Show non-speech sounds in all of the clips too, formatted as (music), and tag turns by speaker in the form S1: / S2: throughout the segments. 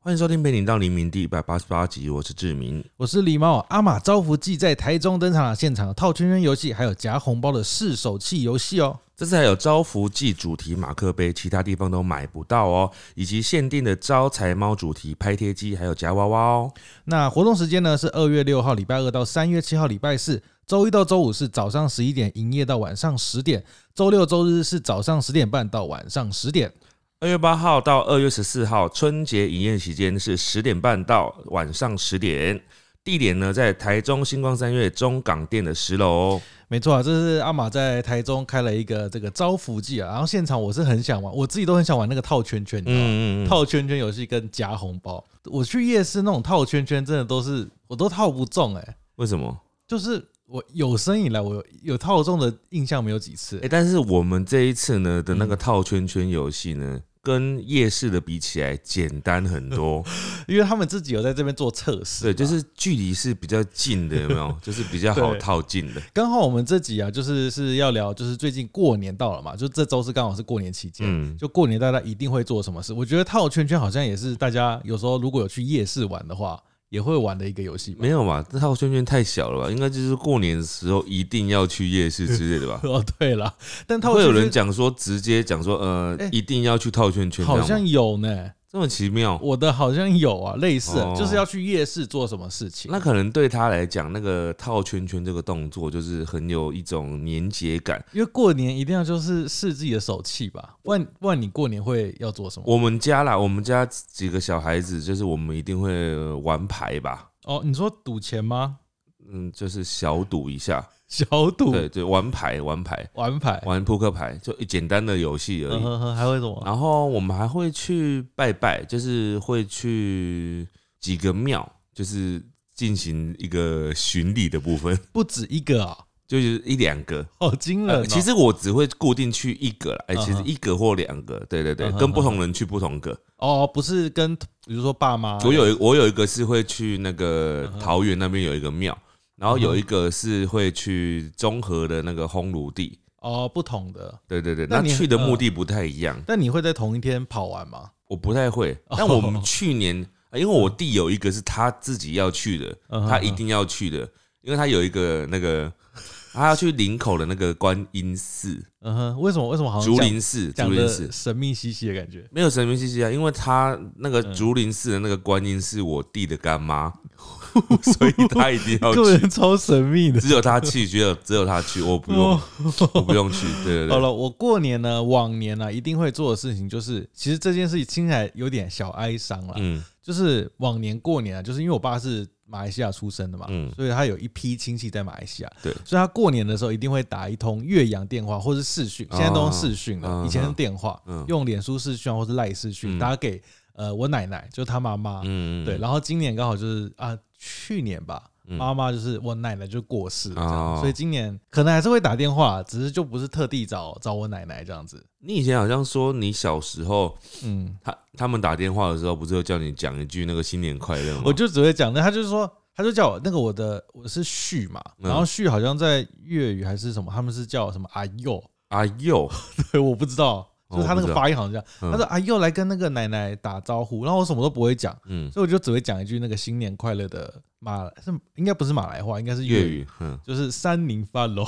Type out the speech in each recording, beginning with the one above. S1: 欢迎收听《陪你到黎明》第一百八十八集，我是志明。
S2: 我是狸猫阿玛招福记在台中登场，现场有套圈圈游戏，还有夹红包的试手气游戏哦。
S1: 这次还有招福记主题马克杯，其他地方都买不到哦，以及限定的招财猫主题拍贴机，还有夹娃娃哦。
S2: 那活动时间呢是二月六号礼拜二到三月七号礼拜四，周一到周五是早上十一点营业到晚上十点，周六周日是早上十点半到晚上十点。
S1: 二月八号到二月十四号春节营业期间是十点半到晚上十点，地点呢在台中星光三月中港店的十楼哦。
S2: 没错啊，这是阿玛在台中开了一个这个招福记啊，然后现场我是很想玩，我自己都很想玩那个套圈圈，你知道吗？
S1: 嗯嗯嗯，
S2: 啊套圈圈游戏跟夹红包，我去夜市那种套圈圈真的都是我都套不中哎、
S1: 为什么？
S2: 就是我有生以来，我有有套中的印象没有几次
S1: 哎、。但是我们这一次呢的那个套圈圈游戏呢，跟夜市的比起来简单很多。
S2: 因为他们自己有在这边做测
S1: 对，
S2: 试嘛，
S1: 就是距离是比较近的，有没
S2: (laughs)
S1: 有？就是比较好
S2: 对
S1: 套近的。
S2: 刚好我们这集啊，就是是要聊，就是最近过年到了嘛，就这周是刚好是过年期间，
S1: 嗯，
S2: 就过年大家一定会做什么事？我觉得套圈圈好像也是大家有时候如果有去夜市玩的话，也会玩的一个游戏吧。
S1: 没有吧？这套圈圈太小了吧？应该就是过年的时候一定要去夜市之类的吧？
S2: (laughs) 哦，对了，但 (laughs) 套
S1: 会有
S2: 圈
S1: 人
S2: 圈
S1: 讲说直接讲说，呃
S2: 哎，
S1: 一定要去套圈圈，
S2: 好
S1: 这样
S2: 像
S1: 吗
S2: 有呢，
S1: 这么奇妙。
S2: 我的好像有啊，类似啊
S1: 哦
S2: 就是要去夜市做什么事情。
S1: 那可能对他来讲，那个套圈圈这个动作就是很有一种年节感。
S2: 因为过年一定要就是试自己的手气吧，不然不然你过年会要做什么？
S1: 我们家啦，我们家几个小孩子，就是我们一定会呃玩牌吧，
S2: 哦，你说赌钱吗？ (laughs)
S1: 嗯，就是小赌一下，
S2: 小赌
S1: 对对，玩牌玩牌。
S2: 玩牌，
S1: 玩扑克牌，就一简单的游戏而
S2: 嗯
S1: 已。啊
S2: 哼哼，还会什么？
S1: 然后我们还会去拜拜，就是会去几个庙，就是进行一个巡礼的部分，
S2: 不止一个啊，
S1: 就是一两个。
S2: 好惊人
S1: 呃
S2: 哦！
S1: 其实我只会固定去一个啦，哎、
S2: 嗯哼
S1: 其实一个或两个，对对对
S2: 嗯，哼
S1: 跟不同人去不同个。
S2: 哦，不是跟比如说爸妈，
S1: 我有一我有一个是会去那个
S2: 嗯哼
S1: 桃园那边有一个庙，然后
S2: 嗯哼
S1: 有一个是会去中和的那个烘炉地，
S2: 哦不同的，
S1: 对对对，
S2: 那
S1: 那
S2: 你
S1: 去的目
S2: 嗯
S1: 的不太一样。
S2: 但你会在同一天跑完吗？
S1: 我不太
S2: (laughs)
S1: 会，
S2: 哦
S1: 但我们去年，呃因为我弟有一个是他自己要去的，
S2: 嗯哼
S1: 他一定要去的，因为他有一个那个，他要去林口的那个观音寺、
S2: 嗯哼，为什么为什么好像
S1: 竹
S2: 讲
S1: 林寺、竹
S2: 讲
S1: 林寺
S2: 的神秘兮兮的感觉？
S1: 没有神秘兮兮啊，因为他那
S2: 嗯
S1: 个竹林寺的那个观音是我弟的干妈， (laughs) 所以他一
S2: (laughs)
S1: 定要
S2: 个
S1: 去，
S2: 人超神秘的。
S1: 只有他去，只有只有他去，我不用，我不用去，对对
S2: 哦好
S1: 对。
S2: 了，我过年呢，往年啊呢、一定会做的事情就是，其实这件事情听起来有点小哀伤了，
S1: 嗯
S2: 就是往年过年啊，就是因为我爸是马来西亚出生的嘛，
S1: 嗯，
S2: 所以他有一批亲戚在马来西亚，
S1: 对
S2: 所以他过年的时候一定会打一通岳阳电话或是视讯，
S1: 哦
S2: 现在都用视讯了，
S1: 嗯
S2: 以前是电话，
S1: 嗯
S2: 用脸书视讯啊或是赖视讯、
S1: 嗯
S2: 打给呃我奶奶，就是她妈妈，
S1: 嗯，嗯
S2: 对，然后今年刚好就是啊去年吧，
S1: 嗯
S2: 妈妈就是我奶奶就过世了，这样，
S1: 哦
S2: 所以今年可能还是会打电话，只是就不是特地找找我奶奶这样子，
S1: 你以前好像说你小时候
S2: 嗯，
S1: 他他们打电话的时候，不是有叫你讲一句那个新年快乐吗？
S2: 我就只会讲，那他就是说，他就叫我那个我的我是旭嘛，
S1: 嗯
S2: 然后旭好像在粤语还是什么，他们是叫什么阿佑， (laughs)
S1: 啊哟，
S2: 对，我不知道，
S1: 哦
S2: 就是他
S1: 我
S2: 那
S1: 不知
S2: 个
S1: 道
S2: 发音好像这样，
S1: 嗯
S2: 他说阿佑来跟那个奶奶打招呼，然后我什么都不会讲，
S1: 嗯，
S2: 所以我就只会讲一句那个新年快乐的马来是应该不是马来话，应该是
S1: 粤
S2: 语。
S1: 语，嗯，
S2: 就是三零发喽，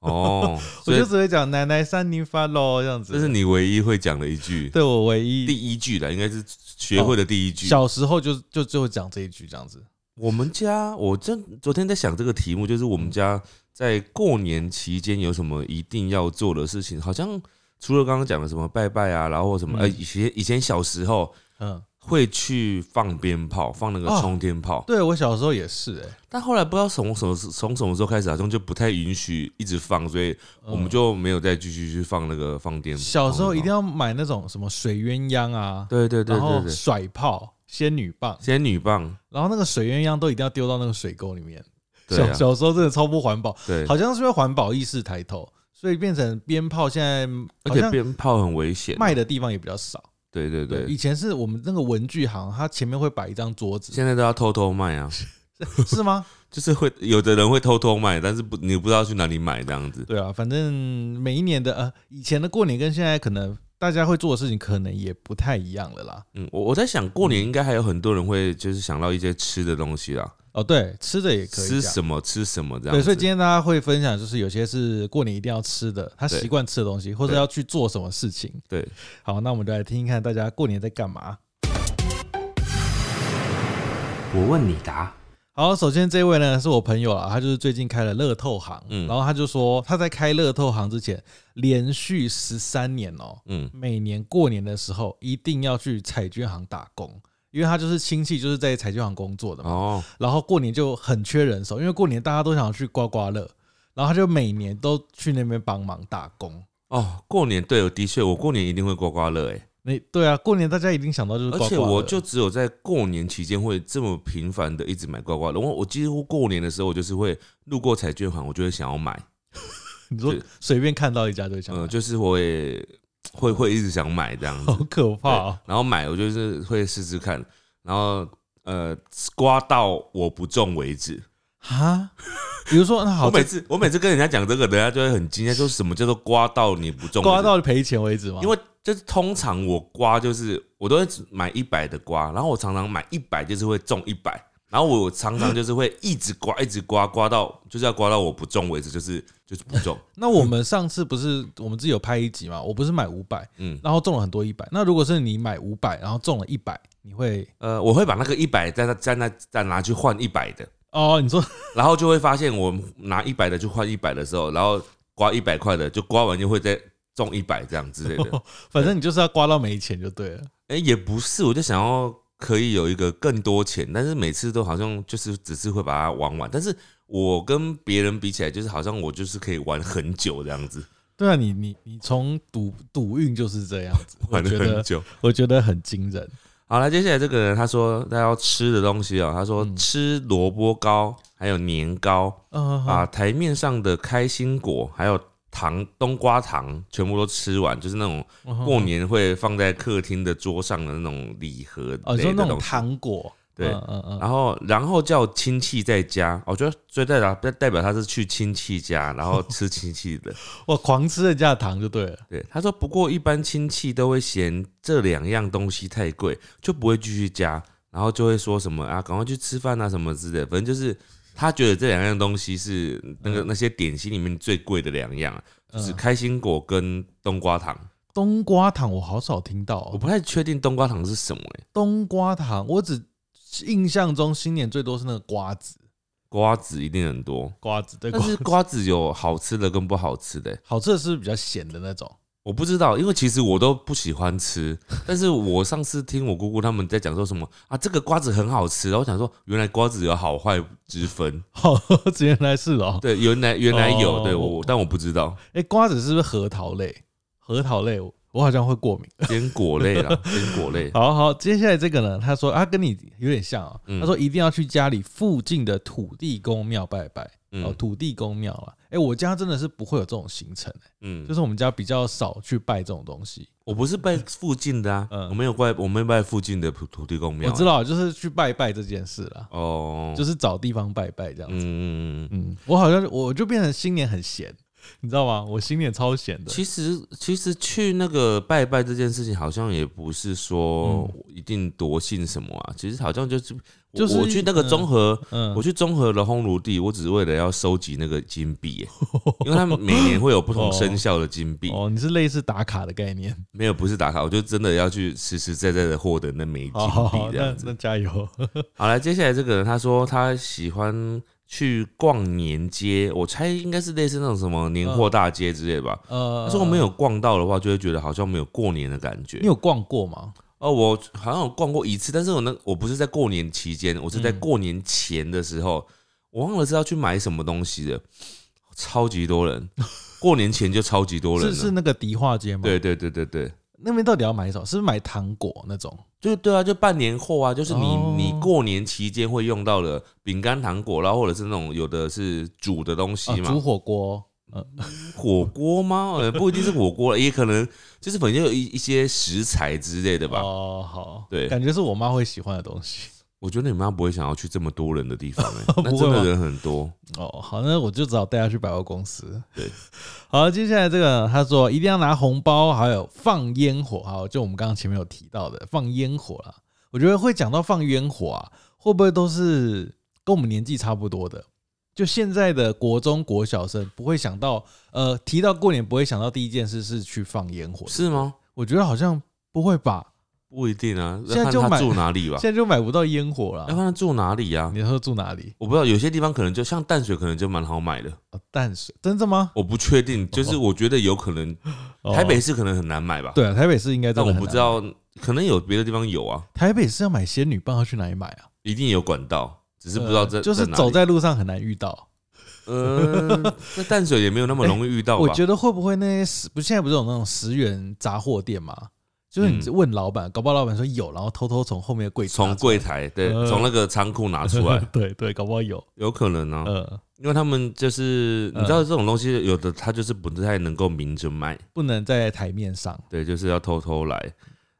S1: 哦，(laughs)
S2: (laughs) 我
S1: 所以
S2: 就只会讲奶奶三零发喽这样子。
S1: 这是你唯一会讲的一句，
S2: 对哦我唯一
S1: 第一句的，应该是学会的第一句。
S2: 小时候就就就讲这一句这样子。
S1: 我们家，我真昨天在想这个题目，就是我们家在过年期间有什么一定要做的事情，好像除了刚刚讲的什么拜拜啊，然后什么，
S2: 嗯
S1: 呃，以前以前小时候。
S2: 嗯，
S1: 会去放鞭炮，放那个
S2: 哦
S1: 冲天炮，
S2: 对我小时候也是哎、
S1: 但后来不知道从什么时从什么时候开始，好像就不太允许一直放，所以
S2: 嗯
S1: 我们就没有再继续去放那个放电。
S2: 小时候一定
S1: 要
S2: 要买那种什么水鸳鸯啊，
S1: 对对对
S2: 然
S1: 对
S2: 后
S1: 对，
S2: 甩炮、仙女棒，
S1: 仙女棒，
S2: 然后那个水鸳鸯都一定要丢到那个水沟里面。
S1: 对
S2: 小
S1: 啊，
S2: 小时候真的超不环保，
S1: 对，
S2: 好像是因为环保意识抬头，所以变成鞭炮现在
S1: 而
S2: 好
S1: 且
S2: 像
S1: 鞭炮很危险。
S2: 卖的地方也比较少。
S1: 对对
S2: 对，
S1: 对，
S2: 以前是我们那个文具行，它前面会摆一张桌
S1: (laughs)
S2: 子，
S1: 现在都要偷偷卖
S2: (laughs)
S1: 啊，
S2: 是吗？
S1: 就是会有的人会偷偷卖，但是不你不知道去哪里买这样子。
S2: 对啊，反正每一年的呃，以前的过年跟现在可能大家会做的事情可能也不太一样了啦。
S1: 嗯，我我在想过年应该还有很多人会就是想到一些吃的东西啦，
S2: 哦，对，吃的也可以啊这
S1: 吃
S2: 样
S1: 什么吃什么这样
S2: 对，
S1: 子。
S2: 所以今天大家会分享，就是有些是过年一定要吃的，他
S1: 对
S2: 习惯吃的东西，或者
S1: 对
S2: 要去做什么事情。
S1: 对，
S2: 好，那我们就来听听看大家过年在干嘛。
S3: 我问你答，
S2: 好，首先这位呢是我朋友啊，他就是最近开了乐透行，
S1: 嗯
S2: 然后他就说他在开乐透行之前，连续十三年哦、
S1: 嗯
S2: 每年过年的时候一定要去彩券行打工，因为他就是亲戚就是在彩券行工作的嘛，
S1: 哦，
S2: 然后过年就很缺人手，因为过年大家都想要去刮刮乐，然后他就每年都去那边帮忙打工。
S1: 哦，过年对，的确，我过年一定会刮刮乐哎、
S2: 你对啊，过年大家一定想到就是刮刮
S1: 而且
S2: 乐
S1: 我就只有在过年期间会这么频繁的一直买刮刮乐，我我几乎过年的时候，我就是会路过彩券行，我就会想要买，
S2: 你说
S1: 对
S2: 随便看到一家对象，
S1: 呃，就是我也会会一直想买这样子
S2: (laughs) 好，可怕、哦
S1: 对然后买我就是会试试看，然后呃刮到我不中为止。
S2: 啊！比如说，那好，
S1: 我每
S2: 这
S1: 次我每次跟人家讲这个，人家就会很惊讶，说什么叫做刮到你不中为止？
S2: 刮到赔钱为止吗？
S1: 因为就是通常我刮就是我都会只买一百的刮，然后我常常买一百就是会中一百，然后我常常就是会一直刮一直刮，刮到就是要刮到我不中为止，就是就是不中。 (laughs)
S2: 那我们上次不是我们自己有拍一集嘛？我不是买五百，
S1: 嗯，
S2: 然后中了很多一百。那如果是你买五百，然后中了一百，你会
S1: 呃，我会把那个一百再再那再拿去换一百的，
S2: 哦？你说 (laughs)
S1: 然后就会发现我拿一百的去换一百的时候，然后刮一百块的就刮完就会再中一百这样之类的。
S2: 反正你就是要刮到没钱就对了。
S1: 哎、也不是，我就想要可以有一个更多钱，但是每次都好像就是只是会把它玩完，但是我跟别人比起来，就是好像我就是可以玩很久这样子，
S2: 对啊，你你你从赌赌运就是这样子，我
S1: (laughs) 玩了
S2: 觉
S1: 很
S2: 得
S1: 久。
S2: 我觉得很
S1: (laughs)
S2: 惊人。
S1: 好了，接下来这个人他说他要吃的东西哦、他说
S2: 嗯
S1: 吃萝卜糕，还有年糕，
S2: 嗯、
S1: 把台面上的开心果还有糖冬瓜糖全部都吃完，就是那种
S2: 嗯哼
S1: 过年会放在客厅的桌上的那种礼盒
S2: 哦，你
S1: 类
S2: 说
S1: 的
S2: 那种
S1: 东西。
S2: 糖果，
S1: 对
S2: 嗯嗯嗯，
S1: 然后然后叫亲戚在家，我觉得最代表代代表他是去亲戚
S2: (laughs)
S1: 家，然后吃亲戚的。
S2: 我狂吃人家的糖就对了。
S1: 对，他说不过一般亲戚都会嫌这两样东西太贵，就不会继续加，然后就会说什么啊，赶快去吃饭啊什么之类的，反正就是。他觉得这两样东西是那个
S2: 嗯
S1: 那些点心里面最贵的两样，啊就是
S2: 嗯
S1: 开心果跟冬瓜糖。
S2: 冬瓜糖我好少听到
S1: 我
S2: 哦、
S1: 不太确定冬瓜糖是什么、欸，
S2: 冬瓜糖我只印象中新年最多是那个瓜子，
S1: 瓜子一定很多，
S2: 瓜子对
S1: 但
S2: 瓜
S1: 是瓜子有好吃的跟不好吃的、欸
S2: 好吃的是不是比较咸的那种？
S1: 我不知道，因为其实我都不喜欢吃，但是我上次听我姑姑他们在讲说什么啊，这个瓜子很好吃，然后我想说原来瓜子有好坏之分，
S2: (laughs) 好，原哦来是哦、
S1: 对，原来原来有，
S2: 哦
S1: 对我，但我不知道
S2: 哎、瓜子是不是核桃类？核桃类我我好像会过敏。
S1: 坚果类啦，坚果
S2: (laughs)
S1: 类，
S2: 好好，接下来这个呢，他说他跟你有点像啊、
S1: 嗯
S2: 他说一定要去家里附近的土地公庙拜拜、哦，
S1: 嗯
S2: 土地公庙啦。哎、我家真的是不会有这种行程、欸就
S1: 嗯，
S2: 是我们家比较少去拜这种东西。
S1: 我不是拜附近的啊，
S2: 嗯
S1: 我没有拜，我没有拜附近的土土地公庙
S2: 我
S1: 啊，
S2: 知道，就是去拜拜这件事啦，
S1: 哦，
S2: 就是是找地方拜拜这样
S1: 嗯
S2: 子。
S1: 嗯嗯嗯，
S2: 嗯，我好像我就变成新年很闲，你知道吗？我新年超闲的。
S1: 其实其实去那个拜拜这件事情，好像也不是说一定多信什么啊，其实好像就是我
S2: 嗯就是
S1: 我去那个综合。
S2: 嗯
S1: 我，去综合的烘炉地，我只是为了要收集那个金币、
S2: (laughs)
S1: 因为他们每年会有不同生肖的金币，
S2: 哦哦，你是类似打卡的概
S1: (laughs)
S2: 念。
S1: 没有不是打卡，我就真的要去实实在在的获得那枚金
S2: 好好
S1: 币
S2: 好，
S1: 这
S2: 哦那
S1: 样子。
S2: 那加油。
S1: (laughs) 好来，接下来这个人他说他喜欢去逛年街，我猜应该是类似那种什么年
S2: 嗯
S1: 货大街之类吧。
S2: 呃，
S1: 他说没有，逛到的话，就会觉得好像没有过年的感觉
S2: 你。有逛过吗？
S1: 哦，我好像有逛过一次，但是我那我不是在过年期间，我是在
S2: 嗯
S1: 过年前的时候，我忘了是要去买什么东西的，超级多人，过年前就超级多人
S2: 是
S1: 了。
S2: 是那个迪化街吗？
S1: 对，对对对对，
S2: 那边到底要买什么？是不是买糖果那种？
S1: 就对啊，就办年货啊，就是你、
S2: 哦
S1: 你过年期间会用到的饼干、糖果啦，或者是那种有的是煮的东西
S2: 啊，
S1: 嘛，
S2: 煮火锅。
S1: 火锅吗？呃，不一定是火锅，也可能就是反正有一一些食材之类的吧。
S2: 哦，好，
S1: 对
S2: 感觉是我妈会喜欢的东西。
S1: 我觉得你妈不会想要去这么多人的地方、
S2: (laughs)
S1: 欸，那
S2: 不会
S1: 真
S2: 吧
S1: 的人很多。
S2: 哦，好，那我就只好带他去百货公司。
S1: 对，
S2: (laughs) 好，接下来这个他说一定要拿红包，还有放烟火，好，就我们刚刚前面有提到的放烟火啦。我觉得会讲到放烟火啊，会不会都是跟我们年纪差不多的？就现在的国中国小生不会想到，呃，提到过年不会想到第一件事是去放烟火，
S1: 是吗？
S2: 我觉得好像不会吧？
S1: 不一定啊，
S2: 现
S1: 要
S2: 在
S1: 看
S2: 就买
S1: 他住哪里吧，
S2: 现在就买不到烟火
S1: 要看
S2: 了。
S1: 他住哪里啊。
S2: 你说住哪里？
S1: 我不知道，有些地方可能就像淡水，可能就蛮好买的。
S2: 哦淡水？真的吗？
S1: 我不确定，就是我觉得有可能
S2: 哦
S1: 台北市可能很难买吧。，
S2: 对啊，台北市应该真
S1: 但
S2: 的
S1: 我
S2: 很
S1: 不知
S2: 难买
S1: 道，可能有别的地方有啊，
S2: 台北是要买仙女棒要去哪里买啊？
S1: 一定有管道，只是不知道在
S2: 呃就是
S1: 哪里
S2: 走在路上很难遇到。
S1: 呃，在淡水也没有
S2: (laughs)
S1: 那么容易遇到吧。
S2: 哎我觉得会不会那些十不现在不是有那种十元杂货店吗？就是你
S1: 嗯
S2: 问老板，搞不好老板说有，然后偷偷从后面的柜子
S1: 从
S2: 拿出来
S1: 柜台对，
S2: 呃
S1: 从那个仓库拿出来，
S2: (laughs) 对对，搞不好有。
S1: 有可能啊，
S2: 呃，
S1: 因为他们就是
S2: 呃
S1: 你知道这种东西，有的他就是不太能够明着卖，
S2: 不能在台面上。
S1: 对，就是要偷偷来。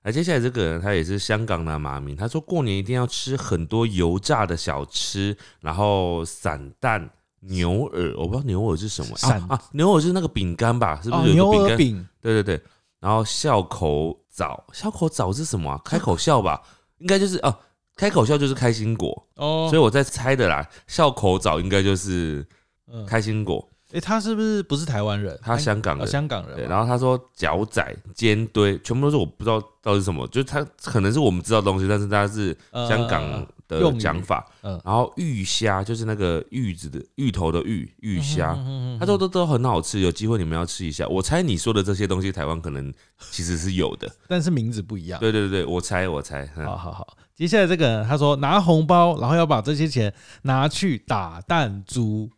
S1: 哎，接下来这个人他也是香港的妈咪，他说过年一定要吃很多油炸的小吃，然后散蛋、牛耳，我不知道牛耳是什么
S2: 散
S1: 啊啊，牛耳是那个饼干吧？是不
S2: 哦，
S1: 是有
S2: 牛
S1: 一个饼干？
S2: 耳饼
S1: 对对对，然后笑口枣，笑口枣是什么、啊？开口笑吧，应该就是哦、开口笑就是开心果，
S2: 哦，
S1: 所以我在猜的啦，笑口枣应该就是
S2: 以
S1: 开心果，
S2: 哎，嗯他是不是不是台湾人？
S1: 他香港
S2: 哦
S1: 人。
S2: 香港人
S1: 对，
S2: 嘛。
S1: 然后他说脚仔、煎堆，全部都是我不知道到底是什么，就是他可能是我们知道的东西，但是他是
S2: 呃
S1: 香港
S2: 用
S1: 的
S2: 语
S1: 讲法。
S2: 嗯
S1: 然后玉虾就是那个玉子的芋头的芋芋虾，
S2: 嗯
S1: 他说都都很好吃，有机会你们要吃一下。我猜你说的这些东西，台湾可能其实是
S2: (laughs)
S1: 有的。
S2: 但是名字不一样。
S1: 对对对，我猜我猜，嗯
S2: 啊好好好，接下来这个人他说拿红包，然后要把这些钱拿去打弹珠。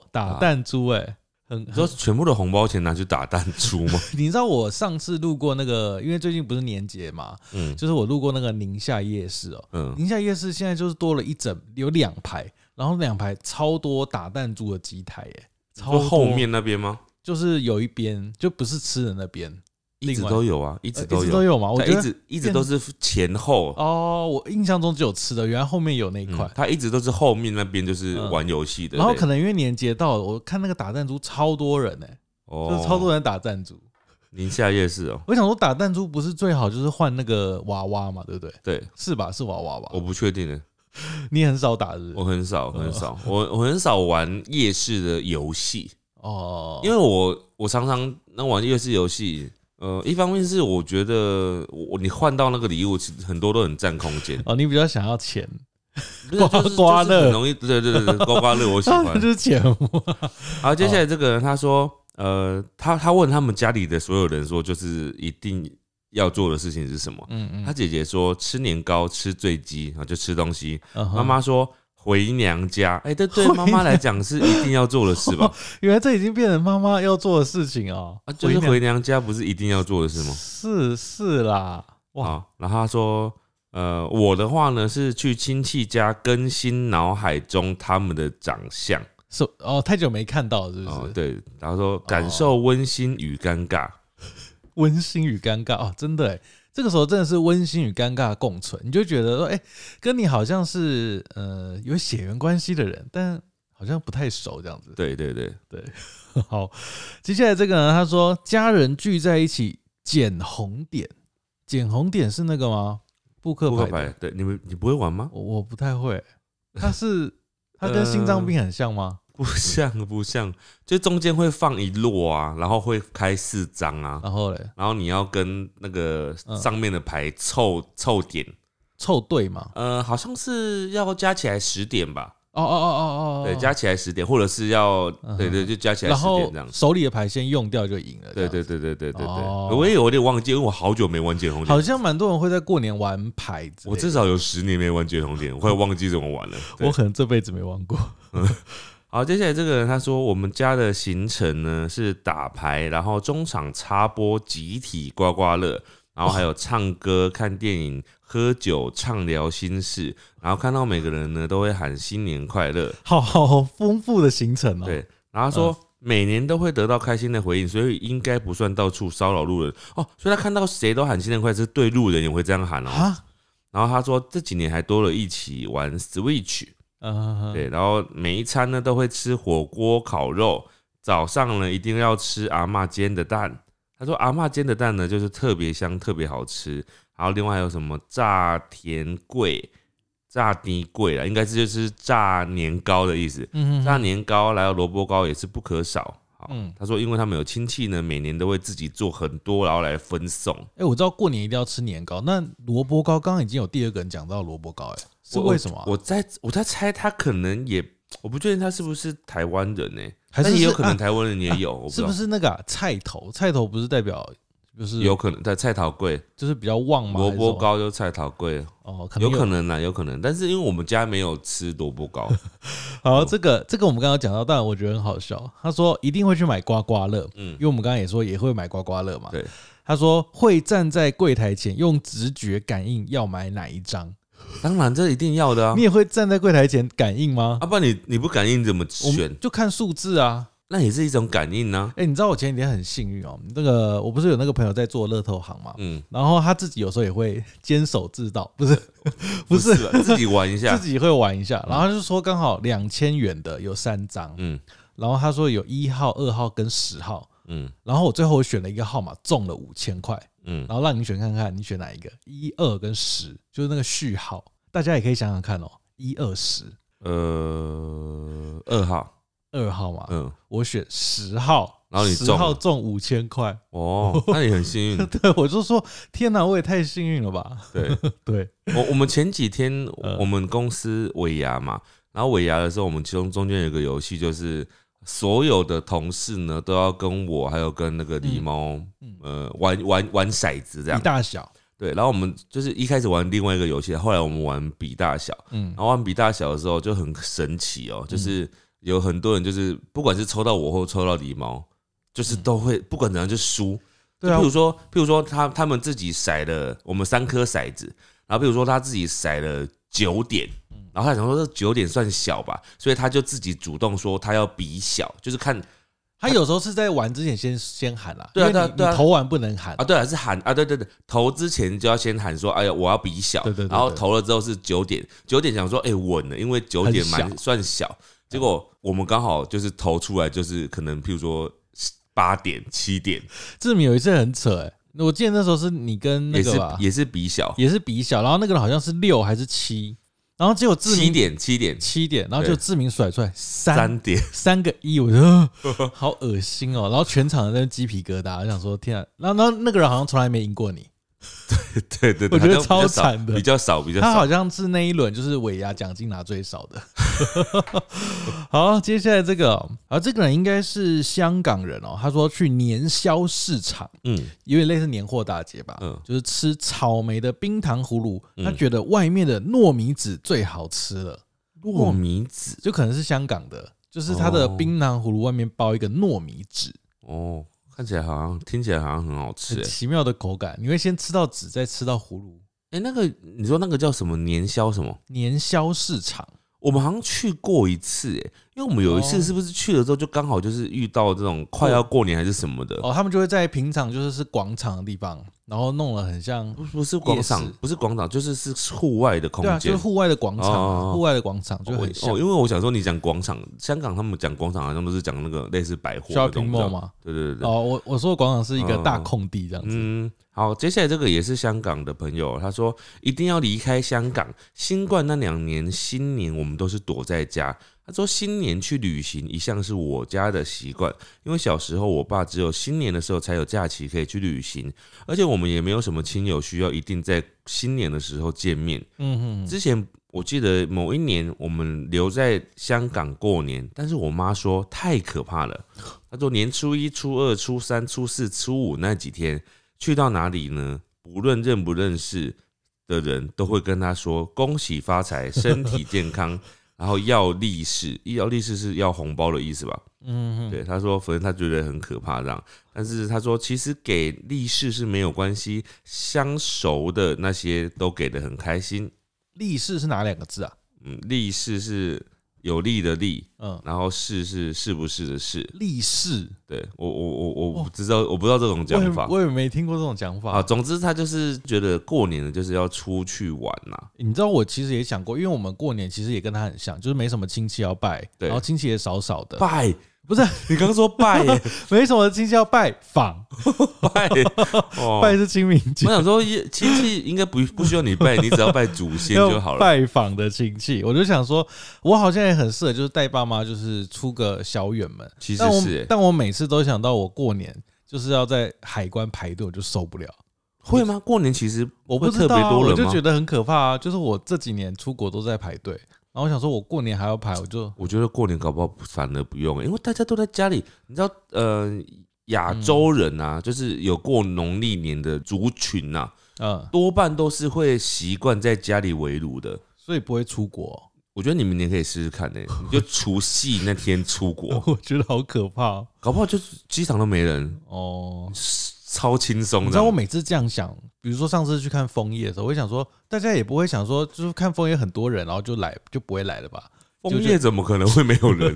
S1: 啊
S2: 打弹珠哎、很 (laughs)
S1: 你
S2: 很
S1: 说全部的红包钱拿去打弹珠
S2: (laughs)
S1: 吗？
S2: 你知道我上次路过那个，因为最近不是年节嘛，
S1: 嗯
S2: 就是我路过那个宁夏夜市哦、
S1: 嗯，
S2: 宁夏夜市现在就是多了一整有两排，然后两排超多打弹珠的机台耶、超
S1: 说
S2: 多
S1: 后面那边吗？
S2: 就是有一边就不是吃的那边，
S1: 一直
S2: 另外
S1: 都有啊，一直
S2: 呃
S1: 都
S2: 一直都
S1: 有，
S2: 有嘛，我
S1: 它
S2: 觉
S1: 一
S2: 得
S1: 直一直都是前后。
S2: 哦，我印象中只有吃的，原来后面有那一块
S1: 嗯，。它一直都是后面那边就是玩游戏的，
S2: 嗯然后可能因为年节到了，我看那个打弹珠超多人呢、
S1: 能
S2: 就是超多人打弹珠。
S1: 哦宁夏夜市哦，
S2: 我想说打弹珠不是最好就是换那个娃娃嘛，对不对？
S1: 对，
S2: 是吧？是娃娃吧
S1: 我？不确定的，
S2: 你很少打是不
S1: 我
S2: 是？
S1: 很少
S2: 嗯
S1: 很少，我我很少玩夜市的游戏，
S2: 哦，
S1: 因为我我常常那玩夜市游戏，呃，一方面是我觉得我你换到那个礼物，其实很多都很占空间，
S2: (laughs) 哦，你比较想要钱，
S1: 不是就是
S2: 刮刮
S1: 就是
S2: 乐。
S1: 很容易，对对对对，刮刮乐我喜欢
S2: (laughs) 就是哦钱嘛。
S1: 好，接下来这个人他说，呃，他他问他们家里的所有人说，就是一定要做的事情是什么？
S2: 嗯嗯，
S1: 他姐姐说吃年糕、吃醉鸡啊，就吃东西。
S2: 嗯哼
S1: 妈妈说回娘家，哎，这对妈妈来讲是一定要做的事
S2: (laughs)
S1: 吧？
S2: 原来这已经变成妈妈要做的事情哦
S1: 啊，。就是
S2: 回
S1: 回娘家不是一定要做的事吗
S2: 娘？是是啦，哇，
S1: 啊，然后他说。呃，我的话呢是去亲戚家更新脑海中他们的长相，
S2: 是哦，太久没看到了是不
S1: 哦
S2: 是？，哦
S1: 对，然后说感受温馨与尴尬，
S2: 温馨与尴尬哦，真的哎，这个时候真的是温馨与尴尬共存，你就觉得说，哎，跟你好像是呃有血缘关系的人，但好像不太熟这样子。 (laughs)
S1: 对对对，
S2: 好，接下来这个呢，他说家人聚在一起捡红点，捡红点是那个吗？扑克
S1: 扑克
S2: 牌的
S1: 牌，对，你们你不会玩吗？ (laughs)
S2: 我我不太会，它是它跟心脏病很像吗？
S1: 不像不像，就中间会放一摞啊，然后会开四张啊，
S2: 然后嘞，
S1: 然后你要跟那个
S2: 嗯
S1: 上面的牌凑凑点，
S2: 凑对嘛？
S1: 呃，好像是要加起来十点吧，
S2: 哦哦哦哦哦哦，
S1: 对，加起来十点，或者是要
S2: 嗯哼
S1: 对对，就加起来
S2: 然
S1: 十
S2: 后
S1: 点这样。
S2: 手里的牌先用掉就赢了，
S1: 对
S2: 这
S1: 对
S2: 样子。
S1: 对对对对
S2: 哦
S1: 对，我也有点忘记，因为我好久没玩剪红点
S2: 好，像蛮多人会在过年玩牌之类
S1: 我
S2: 的，
S1: 至少有十年没玩剪红点，我快忘记怎么玩了。对
S2: 我可能这辈子没玩过。
S1: 好，接下来这个人他说，我们家的行程呢是打牌，然后中场插播集体刮刮乐，然后还有唱歌、看电影、喝酒、畅聊心事，然后看到每个人呢都会喊新年快乐，
S2: (laughs) 好好好丰富的行程哦。
S1: 对，然后他说。每年都会得到开心的回应，所以应该不算到处骚扰路人哦。所以他看到谁都喊新年快乐，是对路人也会这样喊哦。
S2: 啊，
S1: 然后他说这几年还多了一起玩 Switch，
S2: 嗯，
S1: 对，然后每一餐呢都会吃火锅、烤肉，早上呢一定要吃阿嬷煎的蛋。他说阿嬷煎的蛋呢就是特别香、特别好吃，然后另外还有什么炸甜桂、炸泥桂啦，应该是就是炸年糕的意思。
S2: 嗯
S1: 炸年糕还有萝卜糕也是不可少。好
S2: 嗯，
S1: 他说因为他们有亲戚呢，每年都会自己做很多，然后来分送。
S2: 哎、我知道过年一定要吃年糕，那萝卜糕刚刚已经有第二个人讲到萝卜糕、哎，是
S1: 我
S2: 为什么啊、
S1: 我在我在猜他可能也，我不确定他是不是台湾人呢、
S2: 还是
S1: 但也有
S2: 是
S1: 可能
S2: 啊
S1: 台湾人也有，我不知
S2: 是
S1: 道
S2: 不是那个、啊、菜头？菜头不是代表就是
S1: 有可能在菜桃贵，
S2: 就是比较旺吗？
S1: 萝
S2: 还是什
S1: 卜
S2: 么
S1: 糕就菜桃贵，
S2: 哦，可能
S1: 有
S2: 有
S1: 可能啦，有可能。但是因为我们家没有吃萝卜糕， (laughs) 嗯
S2: 好，这个这个我们刚刚讲到，但我觉得很好笑。他说一定会去买刮刮乐，
S1: 嗯
S2: 因为我们刚刚也说也会买刮刮乐嘛。
S1: 对，
S2: 他说会站在柜台前用直觉感应要买哪一张，
S1: 当然这一定要的啊
S2: 你，也会站在柜台前感应吗？
S1: 啊，不然你你不感应怎么
S2: 我
S1: 选
S2: 们？就看数字啊。
S1: 那也是一种感应啊呢、
S2: 哎、你知道我前几天很幸运哦，那个我不是有那个朋友在做乐透行嘛，
S1: 嗯，
S2: 然后他自己有时候也会坚守自盗，
S1: (laughs)
S2: 不是 (laughs) 不是
S1: 啊
S2: (laughs)
S1: 自己玩一下
S2: 自，己会玩一下，然后他就说刚好两千元的有三张，
S1: 嗯
S2: 然后他说有一号、二号跟十号，
S1: 嗯
S2: 然后我最后我选了一个号码中了五千块，
S1: 嗯，
S2: 然后让你选看看你选哪一个，一二跟十，就是那个序号，大家也可以想想看哦，一二十，
S1: 呃，二号，
S2: 二号嘛，
S1: 嗯，
S2: 我选十号，
S1: 然后你中
S2: 十
S1: 了
S2: 号中五千块， (laughs)
S1: 哦，那也很幸运。
S2: 对我就说天哪，我也太幸运了吧， (laughs)
S1: 对
S2: 对，
S1: 我，我们前几
S2: (laughs)
S1: 天
S2: 呃
S1: 我们公司尾牙嘛，然后尾牙的时候，我们其中中间有一个游戏就是。所有的同事呢，都要跟我还有跟那个狸猫
S2: 嗯，
S1: 呃玩玩玩骰子这
S2: 比
S1: 样。
S2: 大小，
S1: 对，然后我们就是一开始玩另外一个游戏，后来我们玩比大小，
S2: 嗯
S1: 然，后玩比大小的时候就很神奇哦，就是有很多人就是不管是抽到我或抽到狸猫，就是
S2: 嗯
S1: 都会不管怎样就输。
S2: 对啊
S1: 就譬如说，譬如说他他们自己骰了我们三颗骰子，然后譬如说他自己骰了九点。然后他想说这九点算小吧，所以他就自己主动说他要比小，就是看
S2: 他有时候是在玩之前先先喊啦，
S1: 对啊
S2: 因为你
S1: 对啊对啊
S2: 你投完不能喊
S1: 啊，，对啊，是喊啊，对对对，投之前就要先喊说，哎呀，我要比小，
S2: 对对对
S1: 然后
S2: 对
S1: 投了之后是九点，九点想说，哎、稳了，因为九点
S2: 很小
S1: 蛮算小，结果我们刚好就是投出来就是可能譬如说八点七点，
S2: 志明有一次很扯哎、我记得那时候是你跟那
S1: 也
S2: 个
S1: 是
S2: 吧，
S1: 也是比小，
S2: 也是比小，然后那个人好像是六还是七，然后结果志明
S1: 七点七点
S2: 七点，然后
S1: 对
S2: 就志明甩出来三
S1: 三点，
S2: 三个一，我觉得呃 (laughs) 好恶心哦，然后全场人在鸡皮疙瘩，我想说天啊，然后然后那个人好像从来没赢过你，
S1: 对对对，
S2: 我觉得
S1: 好像比较
S2: 超
S1: 少
S2: 惨的
S1: 比较少比较
S2: 他好
S1: 少，
S2: 像是那一轮就是尾牙奖金拿最少的。 (laughs) 好，接下来这个哦、啊，这个人应该是香港人哦，他说去年宵市场。
S1: 嗯
S2: 有点类似年货大街吧，
S1: 嗯
S2: 就是吃草莓的冰糖葫芦，
S1: 嗯
S2: 他觉得外面的糯米纸最好吃了，
S1: 糯米纸
S2: 就可能是香港的，就是它的
S1: 哦
S2: 冰糖葫芦外面包一个糯米纸，
S1: 哦，看起来好像听起来好像很好吃
S2: 很
S1: 哎、
S2: 奇妙的口感，你会先吃到纸，再吃到葫芦。
S1: 哎、那个你说那个叫什么年宵什么？
S2: 年宵市场，
S1: 我们好像去过一次、欸，因为我们有一
S2: 哦
S1: 次是不是去了之后就刚好就是遇到这种快要过年还是什么的，
S2: 哦，他们就会在平常就是是广场的地方，然后弄了很像，
S1: 不不是广
S2: 夜
S1: 场
S2: 市，
S1: 不是广场，就是是户外的空
S2: 对啊，就
S1: 间
S2: 是。户外的广场
S1: 哦哦
S2: 啊，
S1: 哦
S2: 户外的广场就
S1: 哦
S2: 很像
S1: 哦，因为我想说你讲广场，香港他们讲广场好像都是讲那个类似百货的
S2: shopping
S1: 东
S2: mall
S1: 西。
S2: 嘛。
S1: 对对对对，
S2: 哦，我我说的广场是一个
S1: 嗯
S2: 大
S1: 嗯嗯
S2: 空地这样子，
S1: 嗯，好，接下来这个也是香港的朋友，他说一定要离开香港。新冠那两年，新年我们都是躲在家。他说新年去旅行一向是我家的习惯，因为小时候我爸只有新年的时候才有假期可以去旅行，而且我们也没有什么亲友需要一定在新年的时候见面。
S2: 嗯哼。
S1: 之前我记得某一年我们留在香港过年，但是我妈说太可怕了。她说年初一、初二、初三、初四、初五那几天去到哪里呢？不论认不认识的人都会跟她说恭喜发财、身体健康， (laughs) 然后要利是，要利是是要红包的意思吧？
S2: 嗯，
S1: 对，他说，反正他觉得很可怕这样，但是他说，其实给利是是没有关系，相熟的那些都给的很开心，
S2: 力士是哪两个字啊？
S1: 嗯，利是是有利的利，
S2: 嗯，
S1: 然后是是是不是的是，
S2: 立誓，
S1: 对我我我我不知道我不知道这种
S2: 我也
S1: 讲法
S2: 我也没听过这种讲法
S1: 啊。总之他就是觉得过年了就是要出去玩呐、
S2: 你知道我其实也想过，因为我们过年其实也跟他很像，就是没什么亲戚要拜，
S1: 对
S2: 然后亲戚也少少的，
S1: 拜，
S2: 不是啊
S1: 你刚刚说
S2: (laughs)
S1: 拜耶
S2: 没什么亲戚要拜访，
S1: 拜哦
S2: 拜是清明节
S1: 我。想说，也亲戚应该不不需要你拜，你只要拜祖先
S2: 要
S1: 就好了。
S2: 拜访的亲戚，我就想说，我好像也很适合，就是带爸妈，就是出个小远门。
S1: 其实
S2: 但我
S1: 是欸
S2: 但我每次都想到我过年就是要在海关排队，我就受不了。
S1: 会吗？过年其实
S2: 我
S1: 会
S2: 不知
S1: 特
S2: 道
S1: 别
S2: 啊、
S1: 多
S2: 我
S1: 人
S2: 就
S1: 吗
S2: 觉？得很可怕啊！就是我这几年出国都在排队，然后我想说，我过年还要排，我就
S1: 我觉得过年搞不好反而不用、欸，因为大家都在家里。你知道，呃，亚
S2: 嗯
S1: 洲人啊，就是有过农历年的族群啊，
S2: 嗯，
S1: 多半都是会习惯在家里围炉的。
S2: 所以不会出国。
S1: 我觉得你明年可以试试看 (laughs) 呢、欸你就除夕那天出 (laughs) 国，
S2: (laughs) 我觉得好可怕
S1: 搞不好就是机场都没人，
S2: 哦！
S1: 超轻松
S2: 你
S1: 的。
S2: 知道我每次这样想，比如说上次去看枫叶的时候，我会想说，大家也不会想说，就是看枫叶很多人，然后就来就不会来了吧？
S1: 枫叶怎么可能会没有人？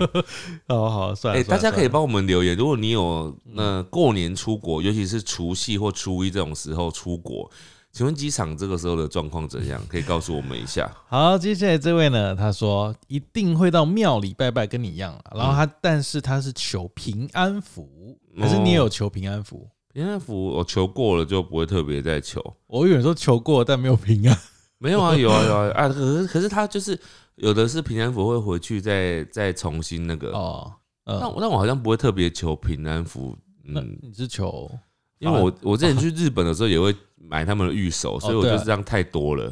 S2: 哦，好，
S1: (laughs)
S2: 算
S1: 哎、
S2: 了，
S1: 大
S2: 算了
S1: 家可以
S2: 算了
S1: 帮我们留言，如果你有呃过年出国，尤其是除夕或初一这种时候出国，请问机场这个时候的状况 (laughs) 怎样？可以告诉我们一下。
S2: 好，接下来这位呢，他说一定会到庙里拜拜，跟你一样啊。然后他，
S1: 嗯
S2: 但是他是求平安符，
S1: 哦
S2: 还是你也有求平安符？
S1: 平安符我求过了就不会特别再求，
S2: 我有人说求过，但没有平安。
S1: 没 (laughs) 有啊，有啊有啊，啊可是可是他就是有的是平安符会回去再再重新那个，
S2: 哦，
S1: 但
S2: 嗯，
S1: 我但我好像不会特别求平安符，
S2: 那啊
S1: 嗯，
S2: 你是求
S1: 因为我我之前去日本的时候也会买他们的玉手，所以我
S2: 对啊
S1: 就是这样太多了。